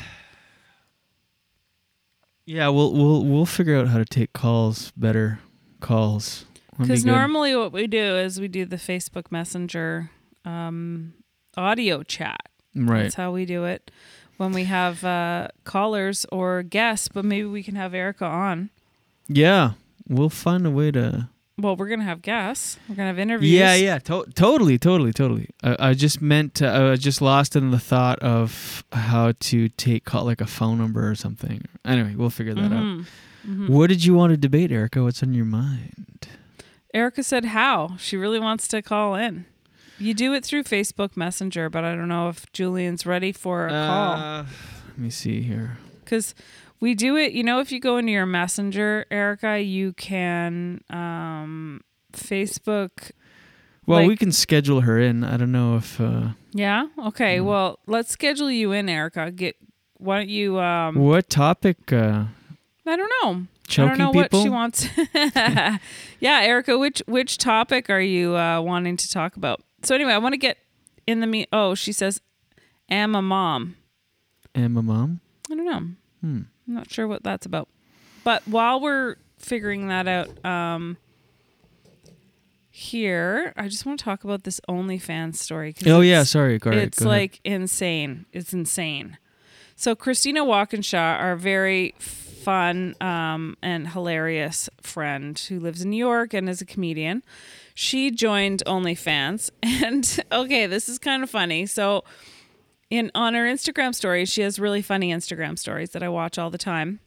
S6: Yeah, we'll we'll we'll figure out how to take calls better. Calls. That'd be
S1: Because
S6: good.
S1: normally what we do is we do the Facebook Messenger um, audio chat.
S6: Right.
S1: That's how we do it when we have uh, callers or guests, but maybe we can have Erica on.
S6: Yeah, we'll find a way to.
S1: Well, we're going to have guests. We're going to have interviews.
S6: Yeah, yeah, to- totally, totally, totally. I, I just meant to, I was just lost in the thought of how to take call like a phone number or something. Anyway, we'll figure that
S1: Mhm,
S6: out.
S1: mhm.
S6: What did you want to debate, Erica? What's on your mind?
S1: Erica said how. She really wants to call in. You do it through Facebook Messenger, but I don't know if Julian's ready for a call.
S6: Uh, Let me see here.
S1: Because we do it, you know, if you go into your Messenger, Erica, you can um, Facebook.
S6: Well,
S1: like-
S6: we can schedule her in. I don't know if. uh
S1: Yeah. Okay. Well, let's schedule you in, Erica. Get. Why don't you? Um,
S6: What topic? Uh,
S1: I don't know. I don't
S6: Choking
S1: know what she
S6: people?
S1: wants. yeah, Erica, which which topic are you uh, wanting to talk about? So anyway, I want to get in the me. Oh, she says, "Am a mom."
S6: am a mom?
S1: I don't know. I'm
S6: Hmm.
S1: not sure what that's about. But while we're figuring that out, um, here I just want to talk about this OnlyFans story. 'cause
S6: Oh, yeah,
S1: it's-
S6: sorry. Go ahead,
S1: It's
S6: go ahead.
S1: like insane. It's insane. So Christina Walkinshaw, our very fun um, and hilarious friend who lives in New York and is a comedian, she joined OnlyFans, and okay, this is kind of funny. So in on her Instagram stories, she has really funny Instagram stories that I watch all the time.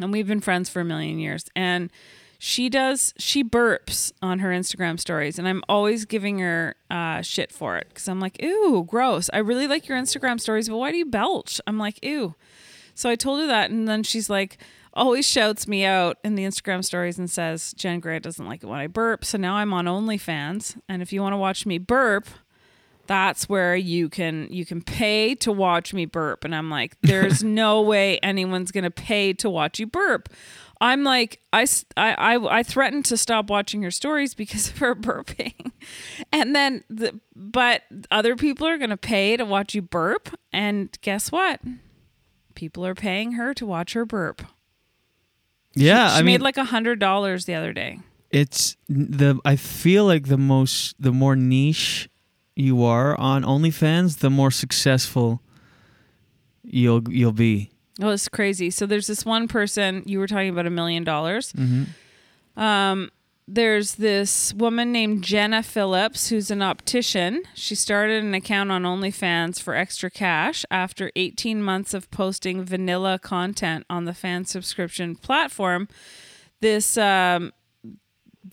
S1: And we've been friends for a million years. And she does she burps on her Instagram stories, and I'm always giving her uh, shit for it because I'm like, ew, gross. I really like your Instagram stories, but why do you belch? I'm like, ew. So I told her that, and then she's like, always shouts me out in the Instagram stories and says, Jen Gray doesn't like it when I burp. So now I'm on OnlyFans, and if you want to watch me burp, that's where you can you can pay to watch me burp and i'm like there's no way anyone's going to pay to watch you burp i'm like I, s- I I- I threatened to stop watching your stories because of her burping and then the, but other people are going to pay to watch you burp and guess what people are paying her to watch her burp
S6: Yeah,
S1: she
S6: I mean,
S1: made like a hundred dollars the other day
S6: it's the. I feel like the most, the more niche you are on OnlyFans, the more successful you'll you'll be.
S1: oh it's crazy so there's this one person you were talking about a million dollars
S6: Mm-hmm.
S1: Um, there's this woman named Jenna Phillips who's an optician. She started an account on OnlyFans for extra cash after 18 months of posting vanilla content on the fan subscription platform. This um,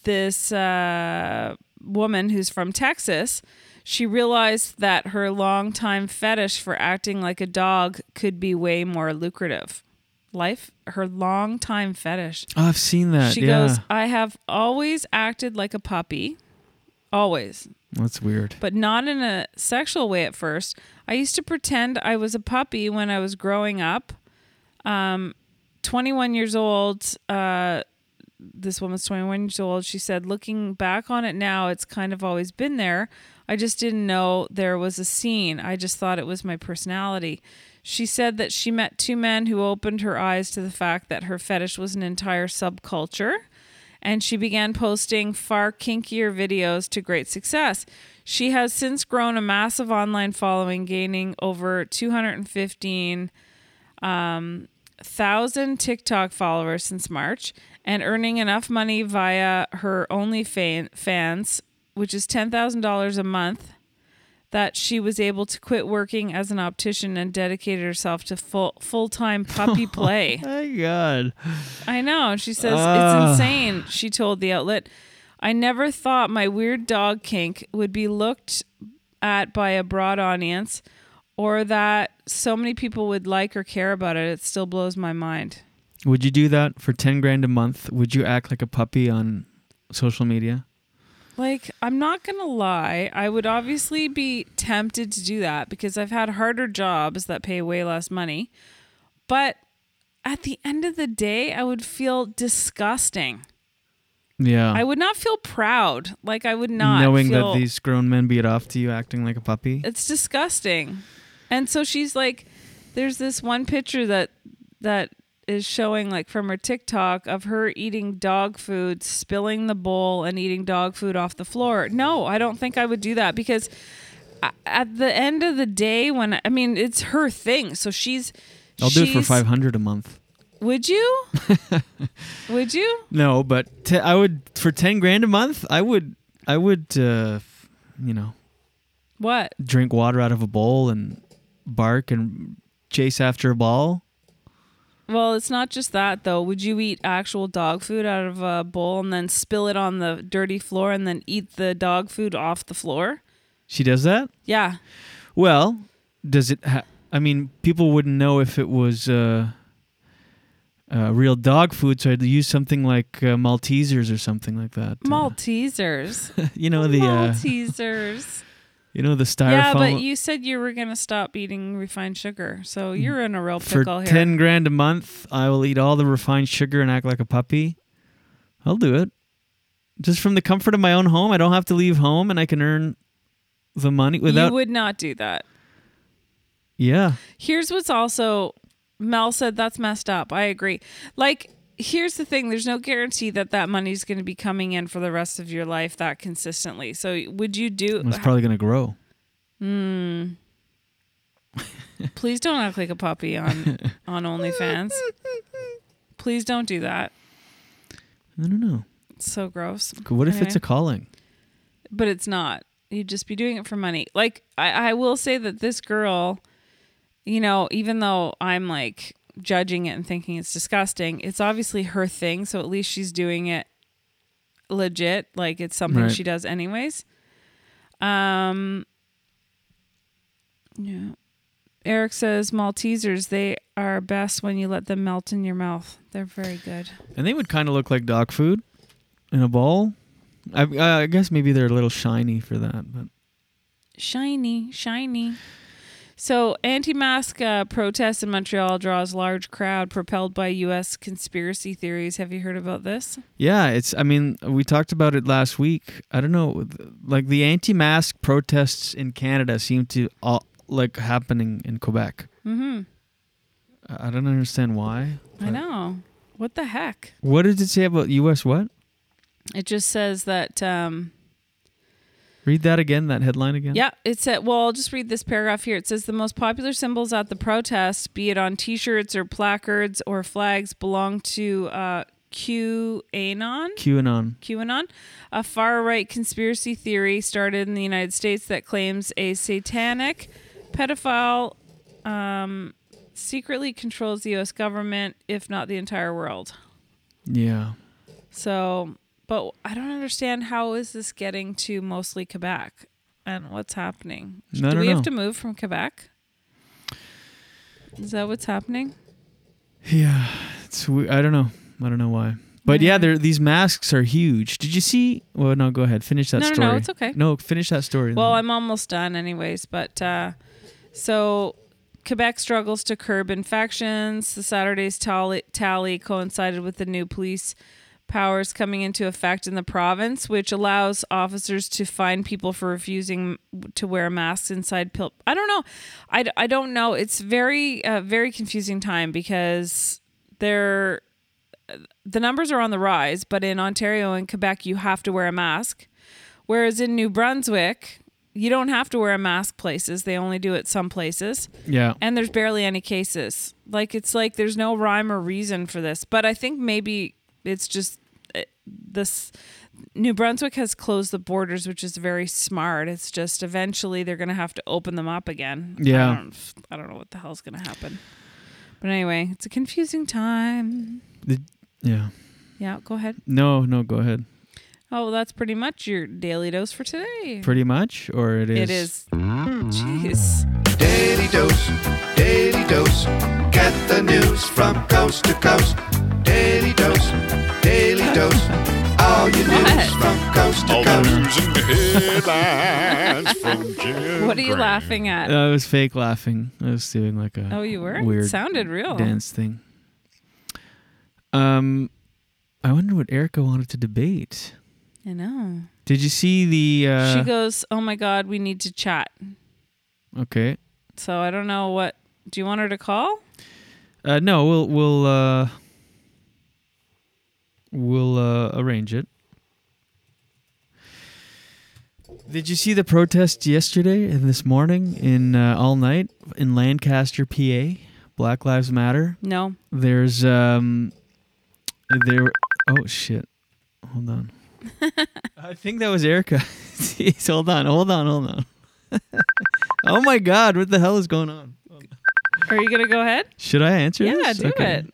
S1: this uh, woman who's from Texas, she realized that her longtime fetish for acting like a dog could be way more lucrative. Life, her longtime fetish.
S6: Oh, I've seen that.
S1: She
S6: yeah,
S1: goes, I have always acted like a puppy, always,
S6: that's weird.
S1: but not in a sexual way at first. I used to pretend I was a puppy when I was growing up. Um, 21 years old, uh, this woman's 21 years old. She said, looking back on it now, it's kind of always been there. I just didn't know there was a scene. I just thought it was my personality. She said that she met two men who opened her eyes to the fact that her fetish was an entire subculture and she began posting far kinkier videos to great success. She has since grown a massive online following, gaining over 215 um, thousand TikTok followers since March, and earning enough money via her OnlyFans, which is ten thousand dollars a month, that she was able to quit working as an optician and dedicated herself to full full time puppy play.
S6: My God.
S1: I know. She says
S6: Ah.
S1: it's insane. She told the outlet, "I never thought my weird dog kink would be looked at by a broad audience or that so many people would like or care about it, it still blows my mind.
S6: Would you do that for 10 grand a month? Would you act like a puppy on social media?
S1: Like, I'm not going to lie. I would obviously be tempted to do that because I've had harder jobs that pay way less money. But at the end of the day, I would feel disgusting.
S6: Yeah.
S1: I would not feel proud. Like, I would not.
S6: Knowing
S1: feel,
S6: that these grown men beat off to you acting like a puppy.
S1: It's disgusting. And so she's like, there's this one picture that that is showing like from her TikTok of her eating dog food, spilling the bowl and eating dog food off the floor. No, I don't think I would do that because a- at the end of the day when I mean it's her thing. So she's
S6: I'll do it for
S1: she's-
S6: 500 a month.
S1: Would you? would you?
S6: No, but te- I would for 10 grand a month, I would I would uh, f- you know,
S1: What?
S6: drink water out of a bowl and bark and chase after a ball.
S1: Well, it's not just that though. Would you eat actual dog food out of a bowl and then spill it on the dirty floor and then eat the dog food off the floor?
S6: She does that?
S1: Yeah.
S6: Well, does it? Ha- I mean, people wouldn't know if it was uh, uh, real dog food, so I'd use something like uh, Maltesers or something like that.
S1: Maltesers.
S6: you know the uh,
S1: Maltesers.
S6: you know the styrofoam.
S1: Yeah, but you said you were gonna stop eating refined sugar, so you're in a real
S6: Mm. for
S1: pickle here.
S6: ten grand a month, I will eat all the refined sugar and act like a puppy. I'll do it. Just from the comfort of my own home, I don't have to leave home, and I can earn the money without.
S1: you would not do that.
S6: yeah,
S1: Here's what's also Mel said that's messed up. I agree. Like, here's the thing: there's no guarantee that that money's going to be coming in for the rest of your life that consistently. So, would you do?
S6: it's probably gonna grow.
S1: Hmm. Please don't act like a puppy on on OnlyFans. Please don't do that.
S6: I don't know.
S1: It's so gross.
S6: What if it's
S1: Anyway.
S6: a calling?
S1: but it's not. You'd just be doing it for money. Like I, I will say that this girl, you know, even though I'm like judging it and thinking it's disgusting, it's obviously her thing. So at least she's doing it legit. Like it's something
S6: Right.
S1: she does anyways. Um. Yeah. Eric says Maltesers. They are best when you let them melt in your mouth. They're very good.
S6: And they would kind of look like dog food in a bowl. I, uh, I guess maybe they're a little shiny for that, but
S1: Shiny, shiny. So, anti mask uh, protests in Montreal draws large crowd propelled by U.S. conspiracy theories. Have you heard about this?
S6: yeah, it's. I mean, we talked about it last week. I don't know, like the anti-mask protests in Canada seem to all like happening in Quebec.
S1: Mm
S6: I I don't understand why.
S1: hmm. I know. What the heck?
S6: What did it say about U.S. What?
S1: It just says that. Um,
S6: Read that again. That headline again.
S1: Yeah, it said, well, I'll just read this paragraph here. It says the most popular symbols at the protest, be it on t shirts or placards or flags, belong to uh, QAnon.
S6: QAnon.
S1: QAnon, a far right conspiracy theory started in the United States that claims a satanic pedophile um, secretly controls the U.S. government, if not the entire world.
S6: Yeah.
S1: So, but I don't understand how is this getting to mostly Quebec and what's happening?
S6: I
S1: Do
S6: don't
S1: we have
S6: know.
S1: to move from Quebec? Is that what's happening?
S6: Yeah, it's we- I don't know. I don't know why. But yeah, they're, these masks are huge. Did you see? Well, no, go ahead. Finish that
S1: No, no, no,
S6: story.
S1: it's okay.
S6: No, finish that story.
S1: Well, I'm almost done, anyways. But uh, so Quebec struggles to curb infections. The Saturday's tally, tally coincided with the new police powers coming into effect in the province, which allows officers to fine people for refusing to wear masks inside. Pil- I don't know. I, d- I don't know. It's very uh, very confusing time because they're uh, the numbers are on the rise, but in Ontario and Quebec, you have to wear a mask. Whereas in New Brunswick, you don't have to wear a mask places. They only do it some places.
S6: Yeah.
S1: And there's barely any cases. Like, it's like there's no rhyme or reason for this. But I think maybe it's just eh, this New Brunswick has closed the borders, which is very smart. It's just eventually they're going to have to open them up again.
S6: Yeah.
S1: I don't, I don't know what the hell's going to happen. But anyway, it's a confusing time.
S6: The- yeah.
S1: Yeah, go ahead.
S6: No, no, go ahead.
S1: Oh, well, that's pretty much your daily dose for today.
S6: Pretty much, or it is.
S1: It is. Hmm, Jeez.
S15: Daily dose, daily dose. Get the news from coast to coast. Daily dose, daily dose. All your news from coast to coast.
S1: What are you laughing at?
S6: I was fake laughing. I was doing like a
S1: Oh, you were? It
S6: Uh, weird
S1: sounded real.
S6: dance thing. Um, I wonder what Erica wanted to debate.
S1: I know.
S6: Did you see the? Uh,
S1: she goes, "Oh my God, we need to chat."
S6: Okay.
S1: So I don't know what. Do you want her to call?
S6: Uh, no, we'll we'll uh, we'll uh, arrange it. Did you see the protest yesterday and this morning in uh, all night in Lancaster, PA? Black Lives Matter.
S1: No.
S6: There's um, there. Oh shit! Hold on. I think that was Erica. Jeez, hold on, hold on, hold on. oh my God! What the hell is going on?
S1: Are you gonna go ahead?
S6: Should I answer
S1: Yeah,
S6: this?
S1: do it.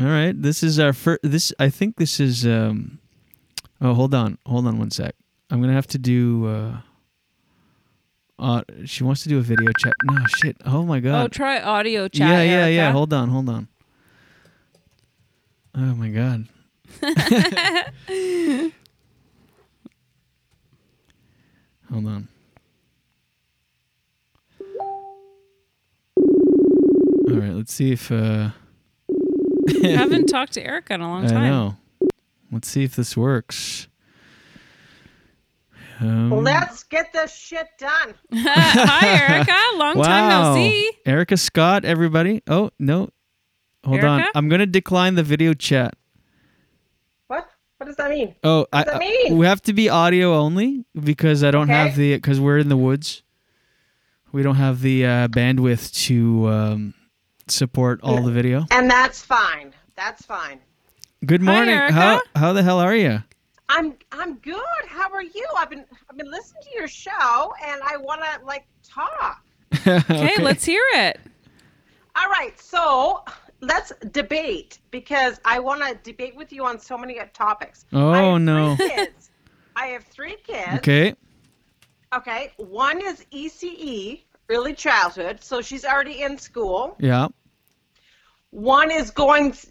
S6: All right. This is our first. This I think this is. Um, oh, hold on, hold on one sec. I'm gonna have to do. Uh, uh, she wants to do a video chat. No shit. Oh my god.
S1: Oh, try audio chat.
S6: Yeah, yeah, yeah.
S1: Erica.
S6: Hold on, hold on. Oh my god. Hold on. All right, let's see if. Uh,
S1: I haven't talked to Erica in a long time.
S6: I know. Let's see if this works. Um,
S11: Let's get this shit done.
S1: Hi, Erica. Long time no
S6: Wow.
S1: see.
S6: Erica Scott, everybody. Oh no, hold on.
S11: Erica?
S6: I'm gonna decline the video chat.
S11: What? What does that mean?
S6: Oh,
S11: what does
S6: I,
S11: that mean?
S6: we have to be audio only because I don't have the because we're in the woods. We don't have the uh, bandwidth to um, support all the video.
S11: and that's fine. That's fine.
S6: Good morning. how how the hell are you?
S11: I'm I'm good. How are you? I've been I've been listening to your show, and I want to like talk.
S1: Okay, let's hear it.
S11: All right, so let's debate because I want to debate with you on so many uh, topics.
S6: Oh no.
S11: Kids. I have three kids.
S6: okay.
S11: Okay. One is ECE, early childhood, so she's already in school.
S6: Yeah.
S11: One is going th-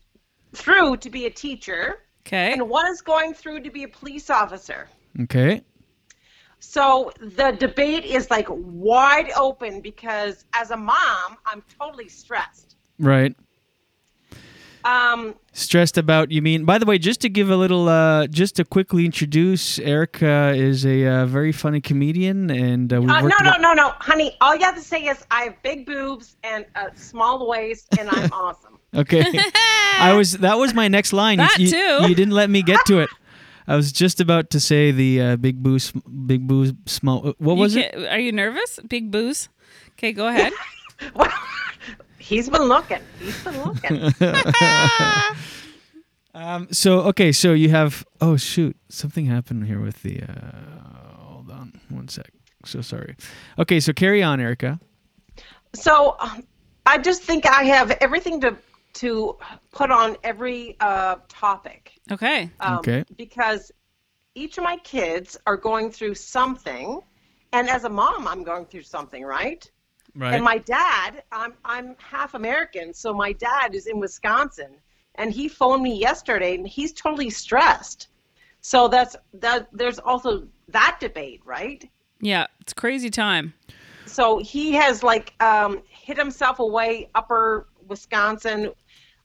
S11: through to be a teacher.
S1: Okay.
S11: And one is going through to be a police officer.
S6: Okay.
S11: So the debate is like wide open because as a mom, I'm totally stressed.
S6: Right.
S11: Um,
S6: Stressed about you mean? By the way, just to give a little, uh, just to quickly introduce, Erica is a uh, very funny comedian, and uh, we
S11: uh,
S6: worked
S11: no, no,
S6: with-
S11: no, no, honey. All you have to say is I have big boobs and a small waist, and I'm awesome.
S6: Okay, I was that was my next line. You-
S11: That
S6: you,
S11: too.
S6: You didn't let me get to it. I was just about to say the uh, big boo, sm- big boo, small. uh, What
S1: You
S6: was it?
S1: can't- Are you nervous? Big booze. Okay, go ahead.
S11: He's been looking. He's been looking.
S6: um, so okay, so you have. Oh shoot, something happened here with the. Uh, hold on, one sec. So sorry. Okay, so carry on, Erica.
S11: So um, I just think I have everything to to put on every uh, topic.
S1: Okay.
S11: Um,
S6: Okay.
S11: Because each of my kids are going through something, and as a mom, I'm going through something, right? And my dad, I'm I'm half American, so my dad is in Wisconsin, and he phoned me yesterday, and he's totally stressed. So that's that. There's also that debate, right?
S1: Yeah, it's crazy time.
S11: So he has like um, hid himself away upper Wisconsin,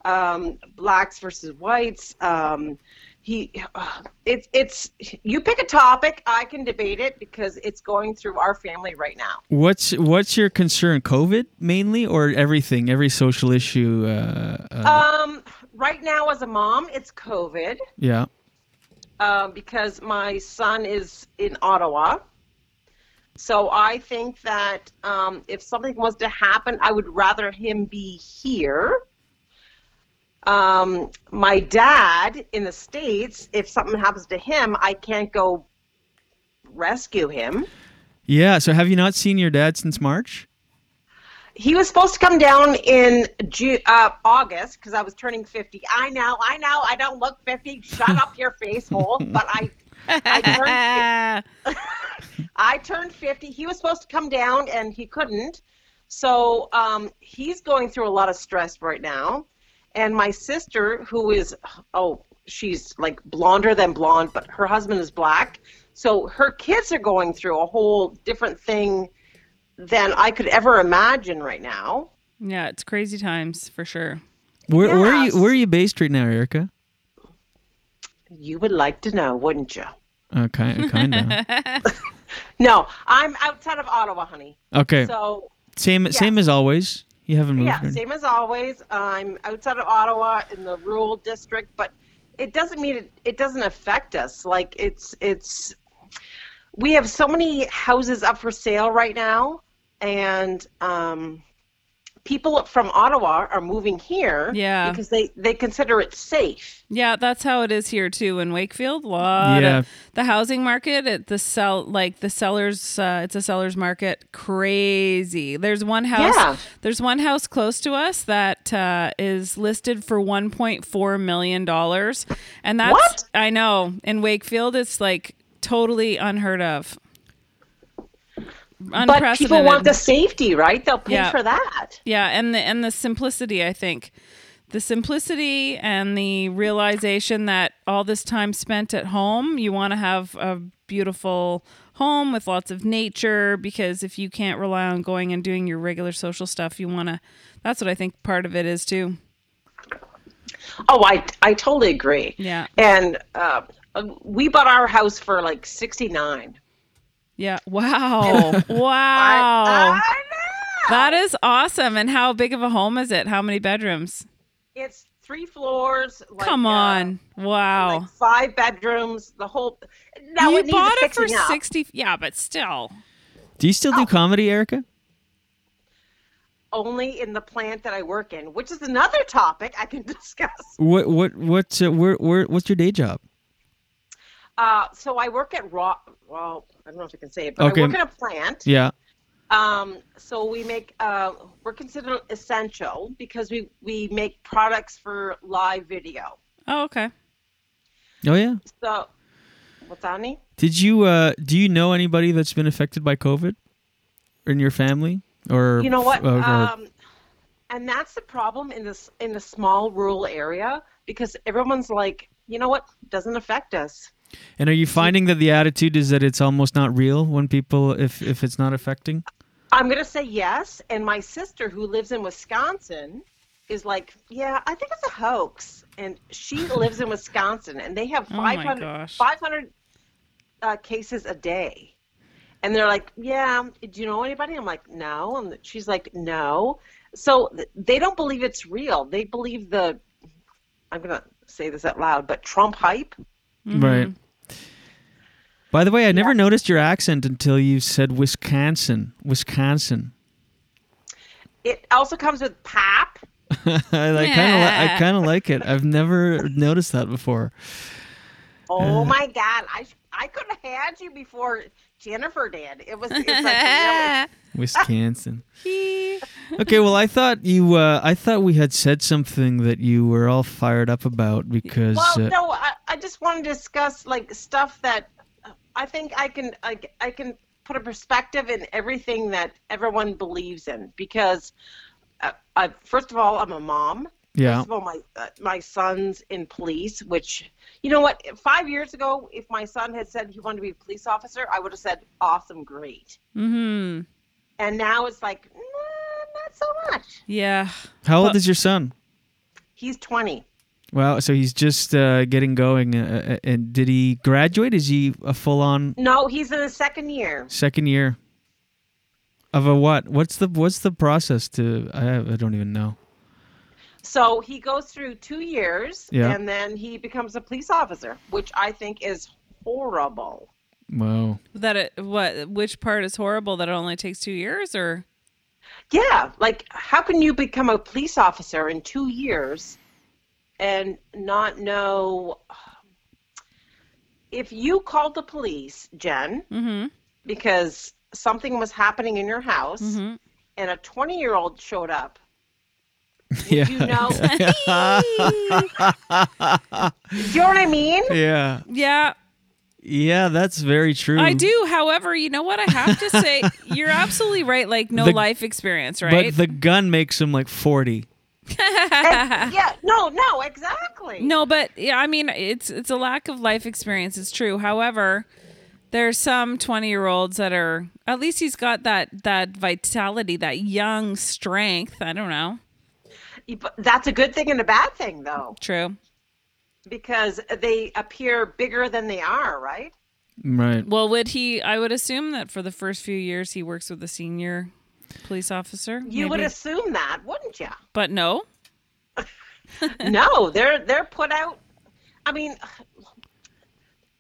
S11: um, blacks versus whites. Um, he, uh, it's it's you pick a topic, I can debate it because it's going through our family right now.
S6: What's what's your concern? COVID mainly, or everything? Every social issue. Uh, uh,
S11: um, right now, as a mom, it's COVID
S6: yeah.
S11: uh, because my son is in Ottawa. So I think that um, if something was to happen, I would rather him be here. Um, my dad in the States, if something happens to him, I can't go rescue him.
S6: Yeah. So have you not seen your dad since March?
S11: He was supposed to come down in Ju- uh, August because I was turning 50. I know, I know, I don't look 50. Shut up your face hole. But I,
S6: Uh,
S11: I turned, fif- I turned 50. He was supposed to come down and he couldn't. So um, he's going through a lot of stress right now. And my sister, who is, oh, she's like blonder than blonde, but her husband is black. So her kids are going through a whole different thing than I could ever imagine right now.
S1: Yeah, it's crazy times for sure.
S6: Where, where are you? Where are you based right now, Erica?
S11: You would like to know, wouldn't you?
S6: Okay, kind of.
S11: no, I'm outside of Ottawa, honey.
S6: Okay.
S11: So
S6: same,
S11: yeah.
S6: same as always. You haven't moved.
S11: yeah,
S6: or-
S11: same as always. I'm outside of Ottawa in the rural district, but it doesn't mean it, it doesn't affect us. Like it's it's we have so many houses up for sale right now, and um, people from Ottawa are moving here.
S1: Yeah.
S11: because they they consider it safe.
S1: Yeah, that's how it is here too in Wakefield. Lot
S11: Yeah.
S1: of, the housing market at the sell like the sellers uh, it's a sellers market crazy. There's one house
S11: Yeah.
S1: there's one house close to us that uh, is listed for 1.4 million dollars and that's
S11: What?
S1: I know in Wakefield it's like totally unheard of.
S11: But people want
S1: Unprecedented.
S11: the safety, right? They'll pay
S1: Yeah.
S11: for that.
S1: Yeah, and the and the simplicity, I think. The simplicity and the realization that all this time spent at home, you want to have a beautiful home with lots of nature because if you can't rely on going and doing your regular social stuff, you want to That's what I think part of it is too.
S11: Oh, I I totally agree.
S1: Yeah.
S11: And uh, we bought our house for like sixty nine.
S1: Yeah. Wow. wow. That is awesome. And how big of a home is it? How many bedrooms?
S11: It's three floors. Like,
S1: Come
S11: uh,
S1: on. Wow.
S11: five bedrooms. The whole. Now
S1: you
S11: it needs
S1: bought it for
S11: fixing up.
S1: 60 yeah but still
S6: Do you
S11: Oh.
S6: still do comedy, Erica?
S11: Only in the plant that I work in, which is another topic I can discuss.
S6: What what what? Uh, where where? What's your day job?
S11: Uh, so I work at raw. Well, I don't know if I can say it, but
S6: Okay.
S11: I work in a plant.
S6: Yeah.
S11: Um, so we make uh, we're considered essential because we we make products for live video.
S1: Oh, okay.
S6: Oh yeah.
S11: So what's on me?
S6: Did you uh do you know anybody that's been affected by COVID, in your family or
S11: You know what?
S6: uh, or-
S11: Um, and that's the problem in this in the small rural area because everyone's like, you know what? Doesn't affect us.
S6: and are you finding that the attitude is that it's almost not real when people if if it's not affecting?
S11: I'm gonna say yes. And my sister who lives in Wisconsin is like, yeah, I think it's a hoax. And she lives in Wisconsin, and they have
S1: Oh my
S11: 500,
S1: gosh.
S11: 500 uh, cases a day. And they're like, yeah, do you know anybody? I'm like, no. And she's like, no. So th- they don't believe it's real. They believe the, I'm gonna say this out loud, but Trump hype.
S6: Right. By the way, I never noticed your accent until you said Wisconsin, Wisconsin.
S11: It also comes with pap.
S6: I kind of li- I kind of like it. I've never noticed that before.
S11: Oh
S6: Uh,
S11: my God! I I could have had you before Jennifer did. It was it's like
S6: Wisconsin.
S11: really,
S6: okay, well, I thought you. Uh, I thought we had said something that you were all fired up about because.
S11: well,
S6: uh,
S11: no, I, I just want to discuss like stuff that I think I can I, I can put a perspective in everything that everyone believes in because uh, I, first of all I'm a mom.
S6: Yeah.
S11: First of all, my uh, my son's in police, which you know what? Five years ago, if my son had said he wanted to be a police officer, I would have said awesome, great.
S1: hmm
S11: And now it's like nah, not so much.
S1: Yeah.
S6: How old is your son?
S11: He's 20.
S6: Wow, so he's just uh, getting going. Uh, uh, and did he graduate? Is he a full-on
S11: No, he's in the second year.
S6: second year of a what? What's the what's the process to? I I don't even know.
S11: So he goes through two years
S6: Yeah.
S11: and then he becomes a police officer, which I think is horrible.
S6: Wow.
S1: That it what which part is horrible that it only takes two years or
S11: Yeah, like how can you become a police officer in two years and not know? If you called the police, Jen,
S1: mm-hmm.
S11: because something was happening in your house
S1: Mm-hmm.
S11: and a 20 year old showed up,
S6: yeah.
S11: you know- do you know what I mean?
S6: yeah.
S1: Yeah.
S6: Yeah, that's very true.
S1: I do. However, you know what? I have to say, you're absolutely right. Like, no
S6: The-
S1: life experience, right?
S6: But the gun makes him like 40.
S1: yeah.
S11: No, no, exactly.
S1: No, but yeah, I mean, it's it's a lack of life experience. It's true. However, there's some 20 year olds that are at least he's got that that vitality, that young strength. I don't know.
S11: But that's a good thing and a bad thing, though,
S1: True.
S11: because they appear bigger than they are, right?
S6: Right.
S1: Well, would he? I would assume that for the first few years he works with a senior police officer.
S11: You would
S1: maybe.
S11: assume that, wouldn't you?
S1: but no.
S11: no, they're they're put out. I mean,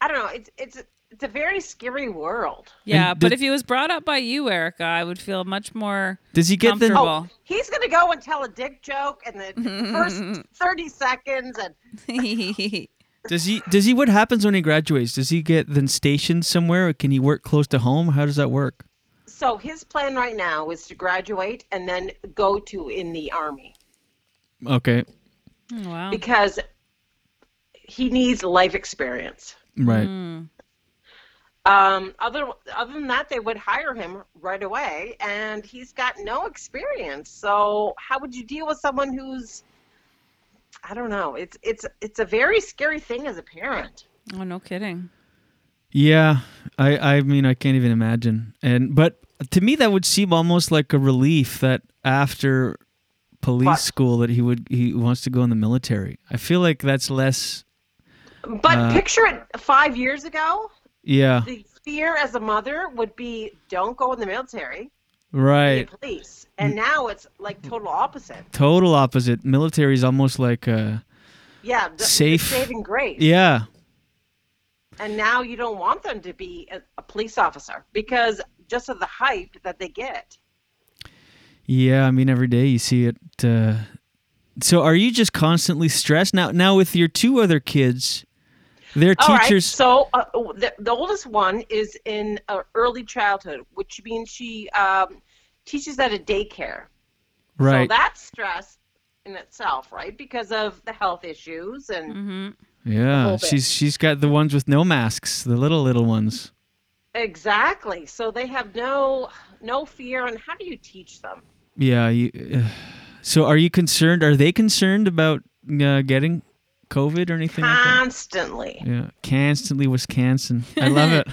S11: I don't know. It's it's it's a very scary world.
S1: Yeah,
S6: And
S1: but
S6: did-
S1: if he was brought up by you, Erica, I would feel much more.
S6: Does he get the-
S1: comfortable.
S11: He's gonna go and tell a dick joke in the first thirty seconds, Oh.
S1: and
S6: Does he does he what happens when he graduates? Does he get then stationed somewhere or can he work close to home? How does that work?
S11: so his plan right now is to graduate and then go to in the army
S6: Okay.
S1: Oh, wow.
S11: because he needs life experience.
S6: Right.
S11: Um, other other than that, they would hire him right away, and he's got no experience. So how would you deal with someone who's I don't know. It's it's it's a very scary thing as a parent.
S1: Oh, no kidding.
S6: Yeah. I I mean I can't even imagine. And but to me that would seem almost like a relief that after police school that he would he wants to go in the military. I feel like that's less
S11: But
S6: Uh,
S11: picture it five years ago.
S6: yeah.
S11: The fear as a mother would be don't go in the military, be
S6: Right.
S11: police.
S6: Mm.
S11: And now it's like total opposite.
S6: Total opposite. Military is almost like uh
S11: Yeah, the, the
S6: safe
S11: saving grace.
S6: Yeah.
S11: And now you don't want them to be a, a police officer because just of the hype that they get.
S6: Yeah, I mean every day you see it. Uh, so are you just constantly stressed now? Now with your two other kids, their
S11: All right,
S6: teachers.
S11: so uh, the, the oldest one is in uh, early childhood, which means she um, teaches at a daycare. So
S6: Right.
S11: that's stress in itself, right? Because of the health issues and a
S6: yeah,
S11: little bit.
S6: she's she's got the ones with no masks, the little little ones.
S11: exactly. So they have no no fear. And how do you teach them?
S6: Yeah. You, uh, so are you concerned? Are they concerned about uh, getting COVID or anything? like
S1: Um.
S6: that?
S11: Constantly.
S6: Yeah. Constantly Wisconsin. I love it.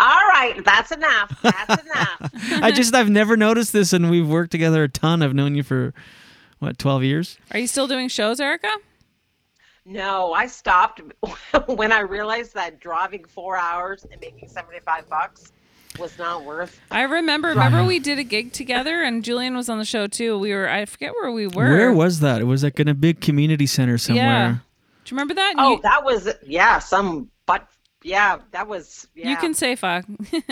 S11: All right, that's enough. That's enough.
S6: I just I've never noticed this, and we've worked together a ton. I've known you for what twelve years.
S1: Are you still doing shows, Erica?
S11: No, I stopped when I realized that driving four hours and making seventy-five bucks was not worth.
S1: I remember. Remember, we did a gig together, and Julian was on the show too. We were. I forget where we were.
S6: Where was that? It was like in a big community center somewhere.
S1: Yeah. Do you remember that?
S11: Oh,
S1: You-
S11: that was yeah, some but yeah, that was yeah.
S1: You can say fuck.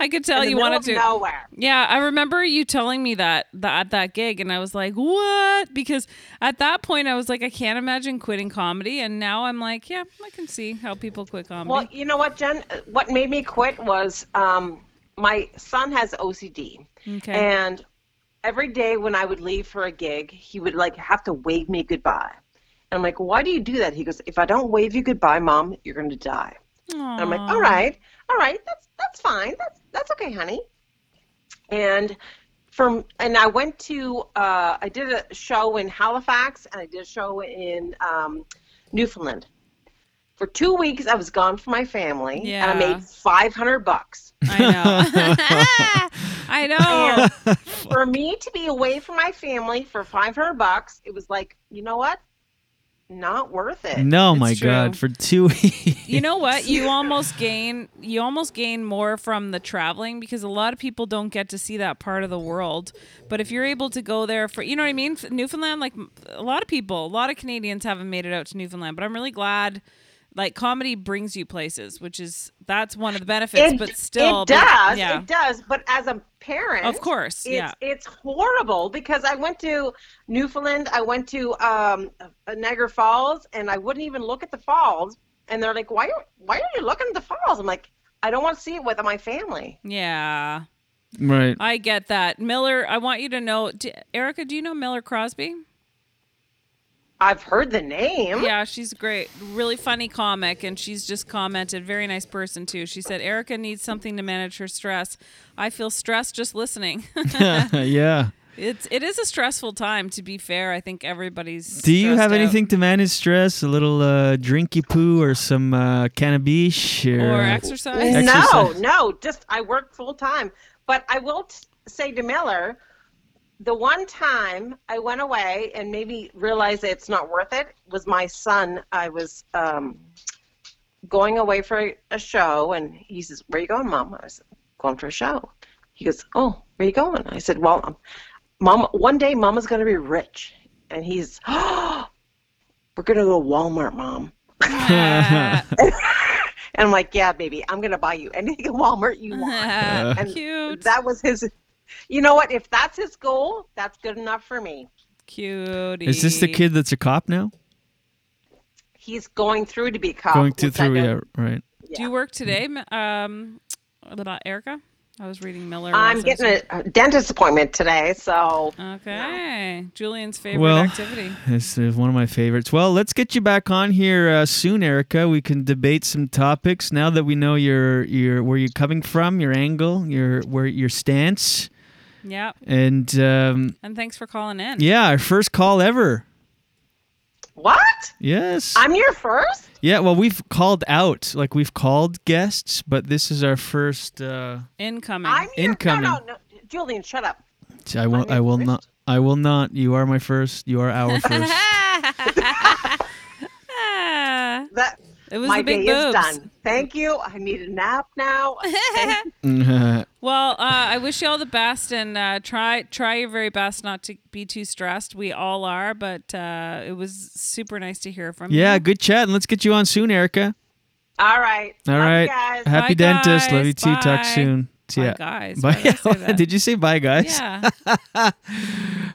S1: I could tell
S11: In the
S1: you
S11: middle
S1: wanted
S11: of
S1: to.
S11: nowhere.
S1: Yeah, I remember you telling me that, that at that gig, and I was like, "What?" Because at that point, I was like, "I can't imagine quitting comedy," and now I'm like, "Yeah, I can see how people quit comedy."
S11: Well, you know what, Jen? What made me quit was um, my son has OCD,
S1: Okay.
S11: and every day when I would leave for a gig, he would like have to wave me goodbye. And I'm like, why do you do that? He goes, if I don't wave you goodbye, mom, you're going to die. And I'm like, all right, all right, that's that's fine, that's that's okay, honey. And from and I went to uh, I did a show in Halifax and I did a show in um, Newfoundland. For two weeks, I was gone from my family, and I
S1: Yeah.
S11: made five hundred bucks.
S1: I know.
S11: And for me to be away from my family for five hundred bucks, it was like, you know what? Not worth it.
S6: No, my God, for two weeks.
S1: you know what you almost gain you almost gain more from the traveling because a lot of people don't get to see that part of the world but if you're able to go there for you know what i mean newfoundland like a lot of people a lot of canadians haven't made it out to newfoundland but i'm really glad like comedy brings you places which is that's one of the benefits
S11: It-
S1: but still
S11: it does
S1: yeah
S11: it does but as a parent
S1: Of course,
S11: it's,
S1: yeah.
S11: it's horrible because i went to newfoundland i went to um, uh, niagara falls and i wouldn't even look at the falls and they're like why are, why are you looking at the falls i'm like i don't want to see it with my family
S1: yeah
S6: Right.
S1: i get that miller i want you to know d- erica do you know miller crosby
S11: I've heard the name.
S1: Yeah, she's great. Really funny comic. And she's just commented, very nice person, too. She said, Erica needs something to manage her stress. I feel stressed just listening.
S6: yeah.
S1: It's it is a stressful time to be fair. I think everybody's.
S6: Do you
S1: stressed
S6: have
S1: out.
S6: anything to manage stress? A little uh, drinky poo or some uh, cannabis or,
S1: Or
S6: uh,
S1: exercise?
S11: No,
S6: exercise?
S11: no, just I work full time. But I will t- say to Miller, the one time I went away and maybe realized that it's not worth it was my son. I was um, going away for a show, and he says, "Where you going, mom?" I was going for a show. He goes, "Oh, where you going?" I said, "Well, um, mom, one day Mama's going to be rich," and he's, "Oh, we're going to go to Walmart, mom." And I'm like, yeah, baby, I'm gonna buy you anything at Walmart you want. and
S1: Cute.
S11: That was his. You know what? If that's his goal, that's good enough for me.
S1: Cutie.
S6: Is this the kid that's a cop now?
S11: He's going through to be a cop.
S6: Going to
S11: Looks like
S6: through,
S11: a-
S6: yeah, right.
S1: Do you work today, Ma- um, about Erica? I was reading Miller.
S11: I'm
S1: also,
S11: getting
S1: so-
S11: a, a dentist appointment today, so.
S1: Okay, Julian's favorite
S6: well,
S1: activity.
S6: this is one of my favorites. Well, let's get you back on here uh, soon, Erica. We can debate some topics now that we know your your where you're coming from, your angle, your where your stance,
S1: Yep.
S6: and um,
S1: And thanks for calling in.
S6: yeah, our first call ever.
S11: What?
S6: Yes.
S11: I'm your first.
S6: Yeah. Well, we've called out, like we've called guests, but this is our first. Uh,
S1: Incoming.
S11: I'm your,
S6: Incoming.
S11: No, no, no, Julian, shut up.
S6: I won't. I will not. I will not. You are my first. You are our first.
S11: That
S1: it was
S11: my
S1: the big
S11: day is
S1: boobs.
S11: done. Thank you. I need a nap now. Thank-
S1: Well, uh, I wish you all the best, and uh, try try your very best not to be too stressed. We all are, but uh, it was super nice to hear from
S6: yeah.
S1: you.
S6: Good chat, and let's get you on soon, Erica.
S11: All right.
S6: All
S11: Love you
S6: right.
S11: guys.
S6: Happy dentist. Love you too. Talk soon. See
S1: Bye,
S6: ya.
S1: guys. Why
S6: Bye.
S1: did I say that?
S6: did you say bye, guys?
S1: Yeah.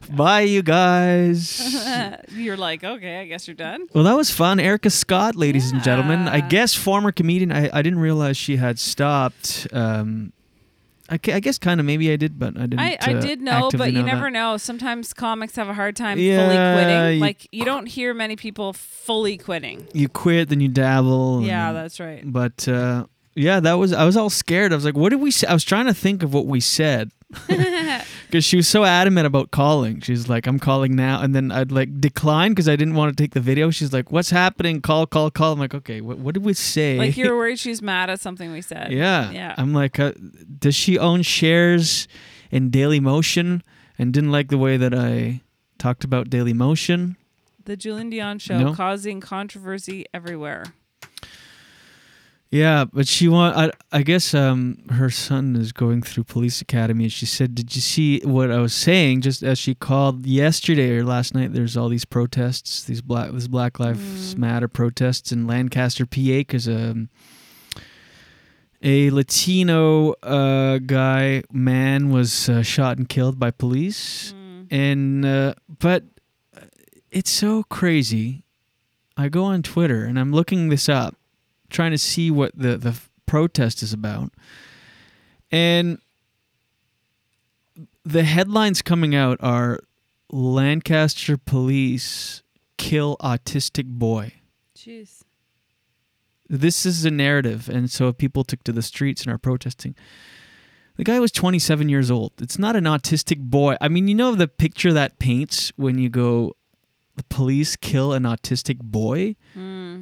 S6: Bye, you guys.
S1: You're like, okay, I guess you're done.
S6: Well, that was fun. Erica Scott, ladies and gentlemen. I guess former comedian. I, I didn't realize she had stopped. Um, I, ca- I guess kind of maybe I did, but I didn't.
S1: I, I
S6: uh,
S1: did know,
S6: actively
S1: but you
S6: know
S1: never
S6: that.
S1: know. Sometimes comics have a hard time
S6: Yeah,
S1: fully quitting.
S6: you-
S1: Like you don't hear many people fully quitting.
S6: You quit, then you dabble.
S1: Yeah,
S6: and-
S1: that's right.
S6: But uh, yeah, that was. I was all scared. I was like, "What did we?" Say? I was trying to think of what we said. because she was so adamant about calling. She's like, "I'm calling now," and then I'd like decline because I didn't want to take the video. She's like, "What's happening? Call, call, call." I'm like, "Okay, what, what did we say?"
S1: Like you were worried she's mad at something we said.
S6: yeah,
S1: yeah.
S6: I'm like, uh, "Does she own shares in Daily Motion?" And didn't like the way that I talked about Daily Motion.
S1: the Julian Dion show
S6: No.
S1: causing controversy everywhere.
S6: Yeah, but she want. I, I guess um, her son is going through police academy, and she said, "Did you see what I was saying?" Just as she called yesterday or last night, there's all these protests, these black, this Black Lives Matter protests in Lancaster, PA, because um, a Latino uh, guy man was uh, shot and killed by police, and uh, but uh, it's so crazy. I go on Twitter and I'm looking this up, trying to see what the the f- protest is about, and the headlines coming out are Lancaster police kill autistic boy.
S1: Jeez.
S6: This is the narrative, and so people took to the streets and are protesting. The guy was 27 years old. It's not an autistic boy. I mean, you know the picture that paints when you go, the police kill an autistic boy?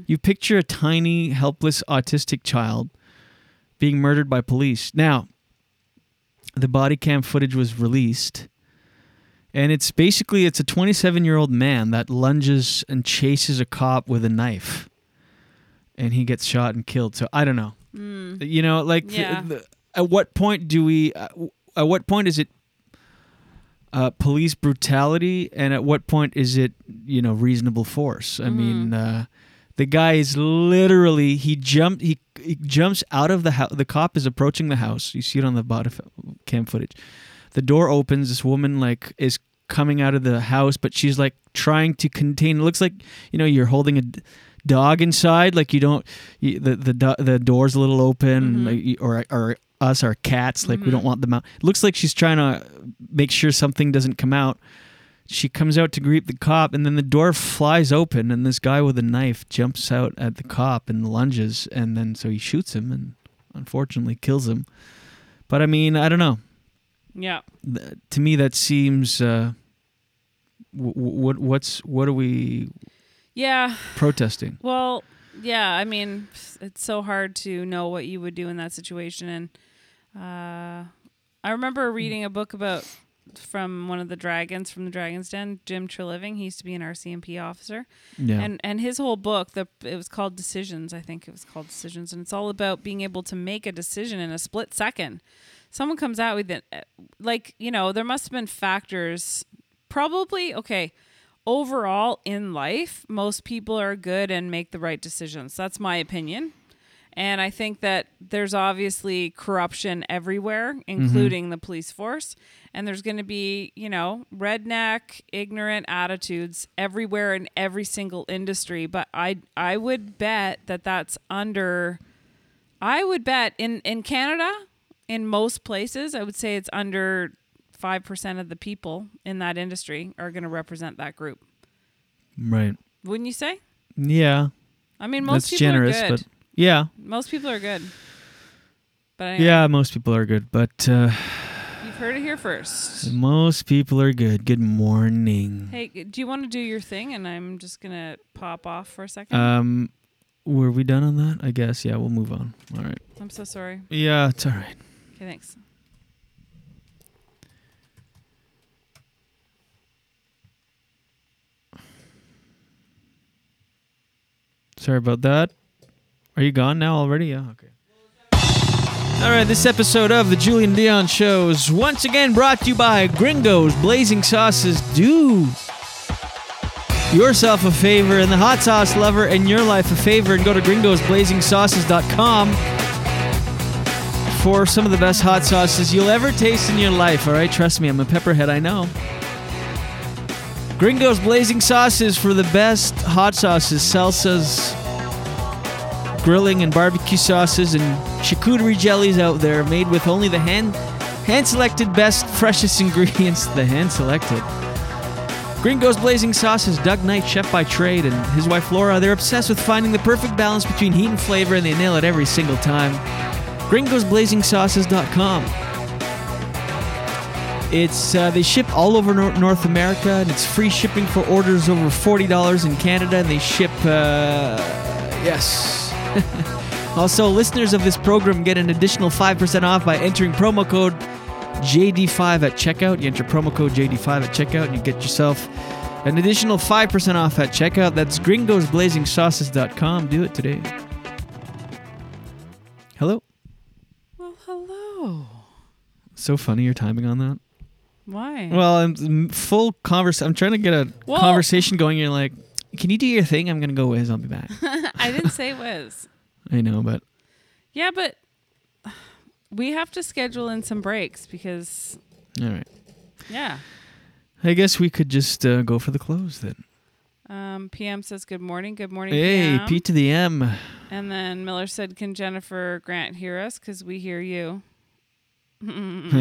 S6: You picture a tiny, helpless autistic child being murdered by police. Now, the body cam footage was released and it's basically it's a 27 year old man that lunges and chases a cop with a knife and he gets shot and killed so i don't know
S1: Mm.
S6: you know like th-
S1: Yeah.
S6: th- at what point do we uh, w- at what point is it uh, police brutality and at what point is it you know reasonable force i
S1: Mm-hmm.
S6: mean uh, the guy is literally he jumped he, he jumps out of the house the cop is approaching the house you see it on the body f- cam footage the door opens this woman like is coming out of the house but she's like trying to contain it looks like you know you're holding a d- dog inside like you don't you, the the do- the door's a little open like you or or us our cats like we don't want them out looks like she's trying to make sure something doesn't come out She comes out to greet the cop, and then the door flies open, and this guy with a knife jumps out at the cop and lunges, and then so he shoots him and unfortunately kills him. But I mean, I don't know.
S1: Yeah.
S6: Th- to me, that seems. Uh, w- w- what what's what are we
S1: Yeah.
S6: protesting?
S1: Well, yeah. I mean, it's so hard to know what you would do in that situation. And uh, I remember reading a book about from one of the dragons from the Dragon's Den, Jim Treliving. He used to be an RCMP officer.
S6: Yeah.
S1: And and his whole book, the it was called Decisions. I think it was called Decisions, and it's all about being able to make a decision in a split second. Someone comes out with it, uh, like you know, there must have been factors. Probably okay overall in life, most people are good and make the right decisions. That's my opinion. And I think that there's obviously corruption everywhere, including the police force. And there's going to be, you know, redneck, ignorant attitudes everywhere in every single industry. But I, I would bet that that's under, I would bet in, in Canada, in most places, I would say it's under 5% of the people in that industry are going to represent that group.
S6: Right.
S1: Wouldn't you say?
S6: Yeah.
S1: I mean, most
S6: That's
S1: people
S6: generous,
S1: are good.
S6: but yeah,
S1: Most people are good. But anyway,
S6: yeah, most people are good, but uh,
S1: you've heard it here first.
S6: most people are good. Good morning.
S1: Hey, do you want to do your thing? And I'm just going to pop off for a second.
S6: Um, were we done on that? I guess. Yeah, we'll move on. All right.
S1: I'm so sorry.
S6: Yeah, it's all right.
S1: Okay, thanks.
S6: Sorry about that. Are you gone now already? Yeah. Okay. All right, this episode of the Julian Dion Show is once again brought to you by Gringos Blazing Sauces. Do yourself a favor and the hot sauce lover in your life a favor and go to gringosblazingsauces.com for some of the best hot sauces you'll ever taste in your life. All right, trust me, I'm a pepperhead, I know. Gringos Blazing Sauces for the best hot sauces, salsas, grilling and barbecue sauces, and charcuterie jellies out there made with only the hand hand selected best, freshest ingredients, the hand selected. Gringos Blazing Sauces, Doug Knight, chef by trade, and his wife Laura, they're obsessed with finding the perfect balance between heat and flavor, and they nail it every single time. GringosBlazingSauces.com. It's uh, they ship all over Nor- North America, and it's free shipping for orders over forty dollars in Canada. And they ship, uh, yes. also, listeners of this program get an additional five percent off by entering promo code JD5 at checkout. You enter promo code JD5 at checkout, and you get yourself an additional five percent off at checkout. That's GringosBlazingSauces.com. Do it today. Hello.
S1: Well, hello.
S6: So funny your timing on that.
S1: Why?
S6: Well, I'm m- full convers. I'm trying to get a
S1: Well-
S6: conversation going. You're like, can you do your thing? I'm gonna go whiz. I'll be back.
S1: I didn't say whiz.
S6: I know, but
S1: Yeah, but we have to schedule in some breaks because,
S6: all right.
S1: yeah.
S6: I guess we could just uh, go for the close then.
S1: Um, PM says good morning. Good morning.
S6: Hey,
S1: PM.
S6: P to the M.
S1: And then Miller said, "Can Jennifer Grant hear us? Because we hear you."
S6: All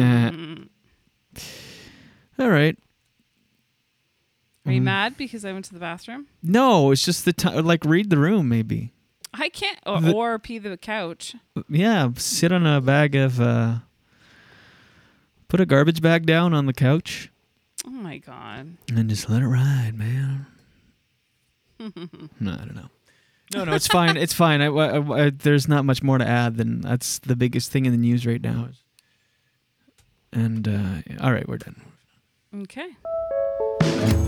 S6: right.
S1: Are you
S6: Mm.
S1: mad because I went to the bathroom?
S6: No, it's just the time. Like, read the room, maybe.
S1: I can't, or,
S6: The-
S1: or pee the couch.
S6: Yeah, sit on a bag of. Uh, put a garbage bag down on the couch
S1: Oh my god!
S6: and just let it ride, man. No, I don't know. No, no, it's fine. It's fine. I, I- I- there's not much more to add than that's the biggest thing in the news right now. And uh, all right, we're done.
S1: okay.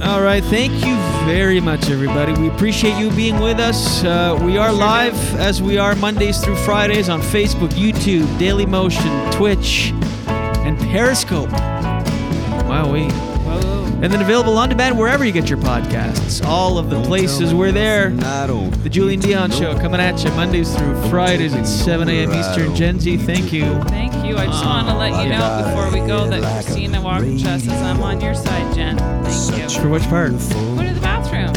S6: All right, thank you very much, everybody. We appreciate you being with us. Uh, we are live as we are Mondays through Fridays on Facebook, YouTube, Daily Motion, Twitch, and Periscope. Wowee. And then available on demand wherever you get your podcasts. All of the places we're there. The Julian Dion Show coming at you Mondays through Fridays at 7 a.m. Eastern. Gen Z, thank you.
S1: Thank you. I just want to let you know before we go that Christina Walkerchus says I'm on your side, Jen. Thank you.
S6: For which part?
S1: Go to the bathroom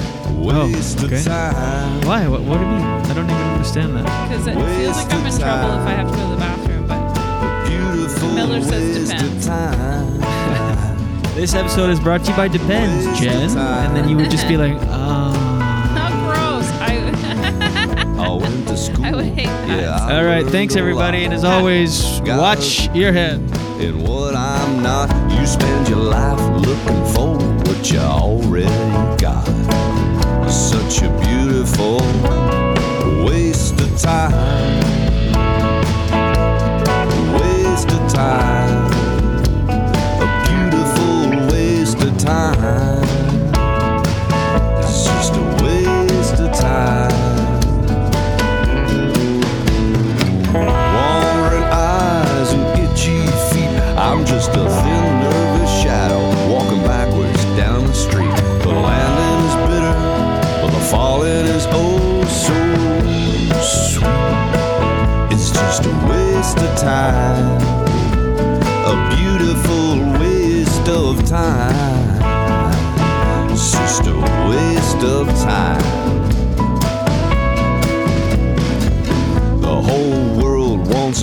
S6: oh, okay. Why? What, what do you mean? I don't even understand that.
S1: because it feels like I'm in trouble if I have to go to the bathroom. But Miller says depends.
S6: This episode is brought to you by Depends, Jen. And then you would just be like, ah.
S1: How gross. I,
S6: Oh.
S1: went to school. I would hate that.
S6: All right, thanks everybody, and as always, watch your head.
S2: In what I'm not, you spend your life looking for what you already got. Such a beautiful waste of time. Waste of time. A beautiful waste of time. It's just a waste of time. Wandering eyes and itchy feet. I'm just a thin, nervous shadow walking backwards down the street. The landing is bitter, but the falling is oh so sweet. It's just a waste of time, a beautiful waste of time. It's just a waste of time. The whole world wants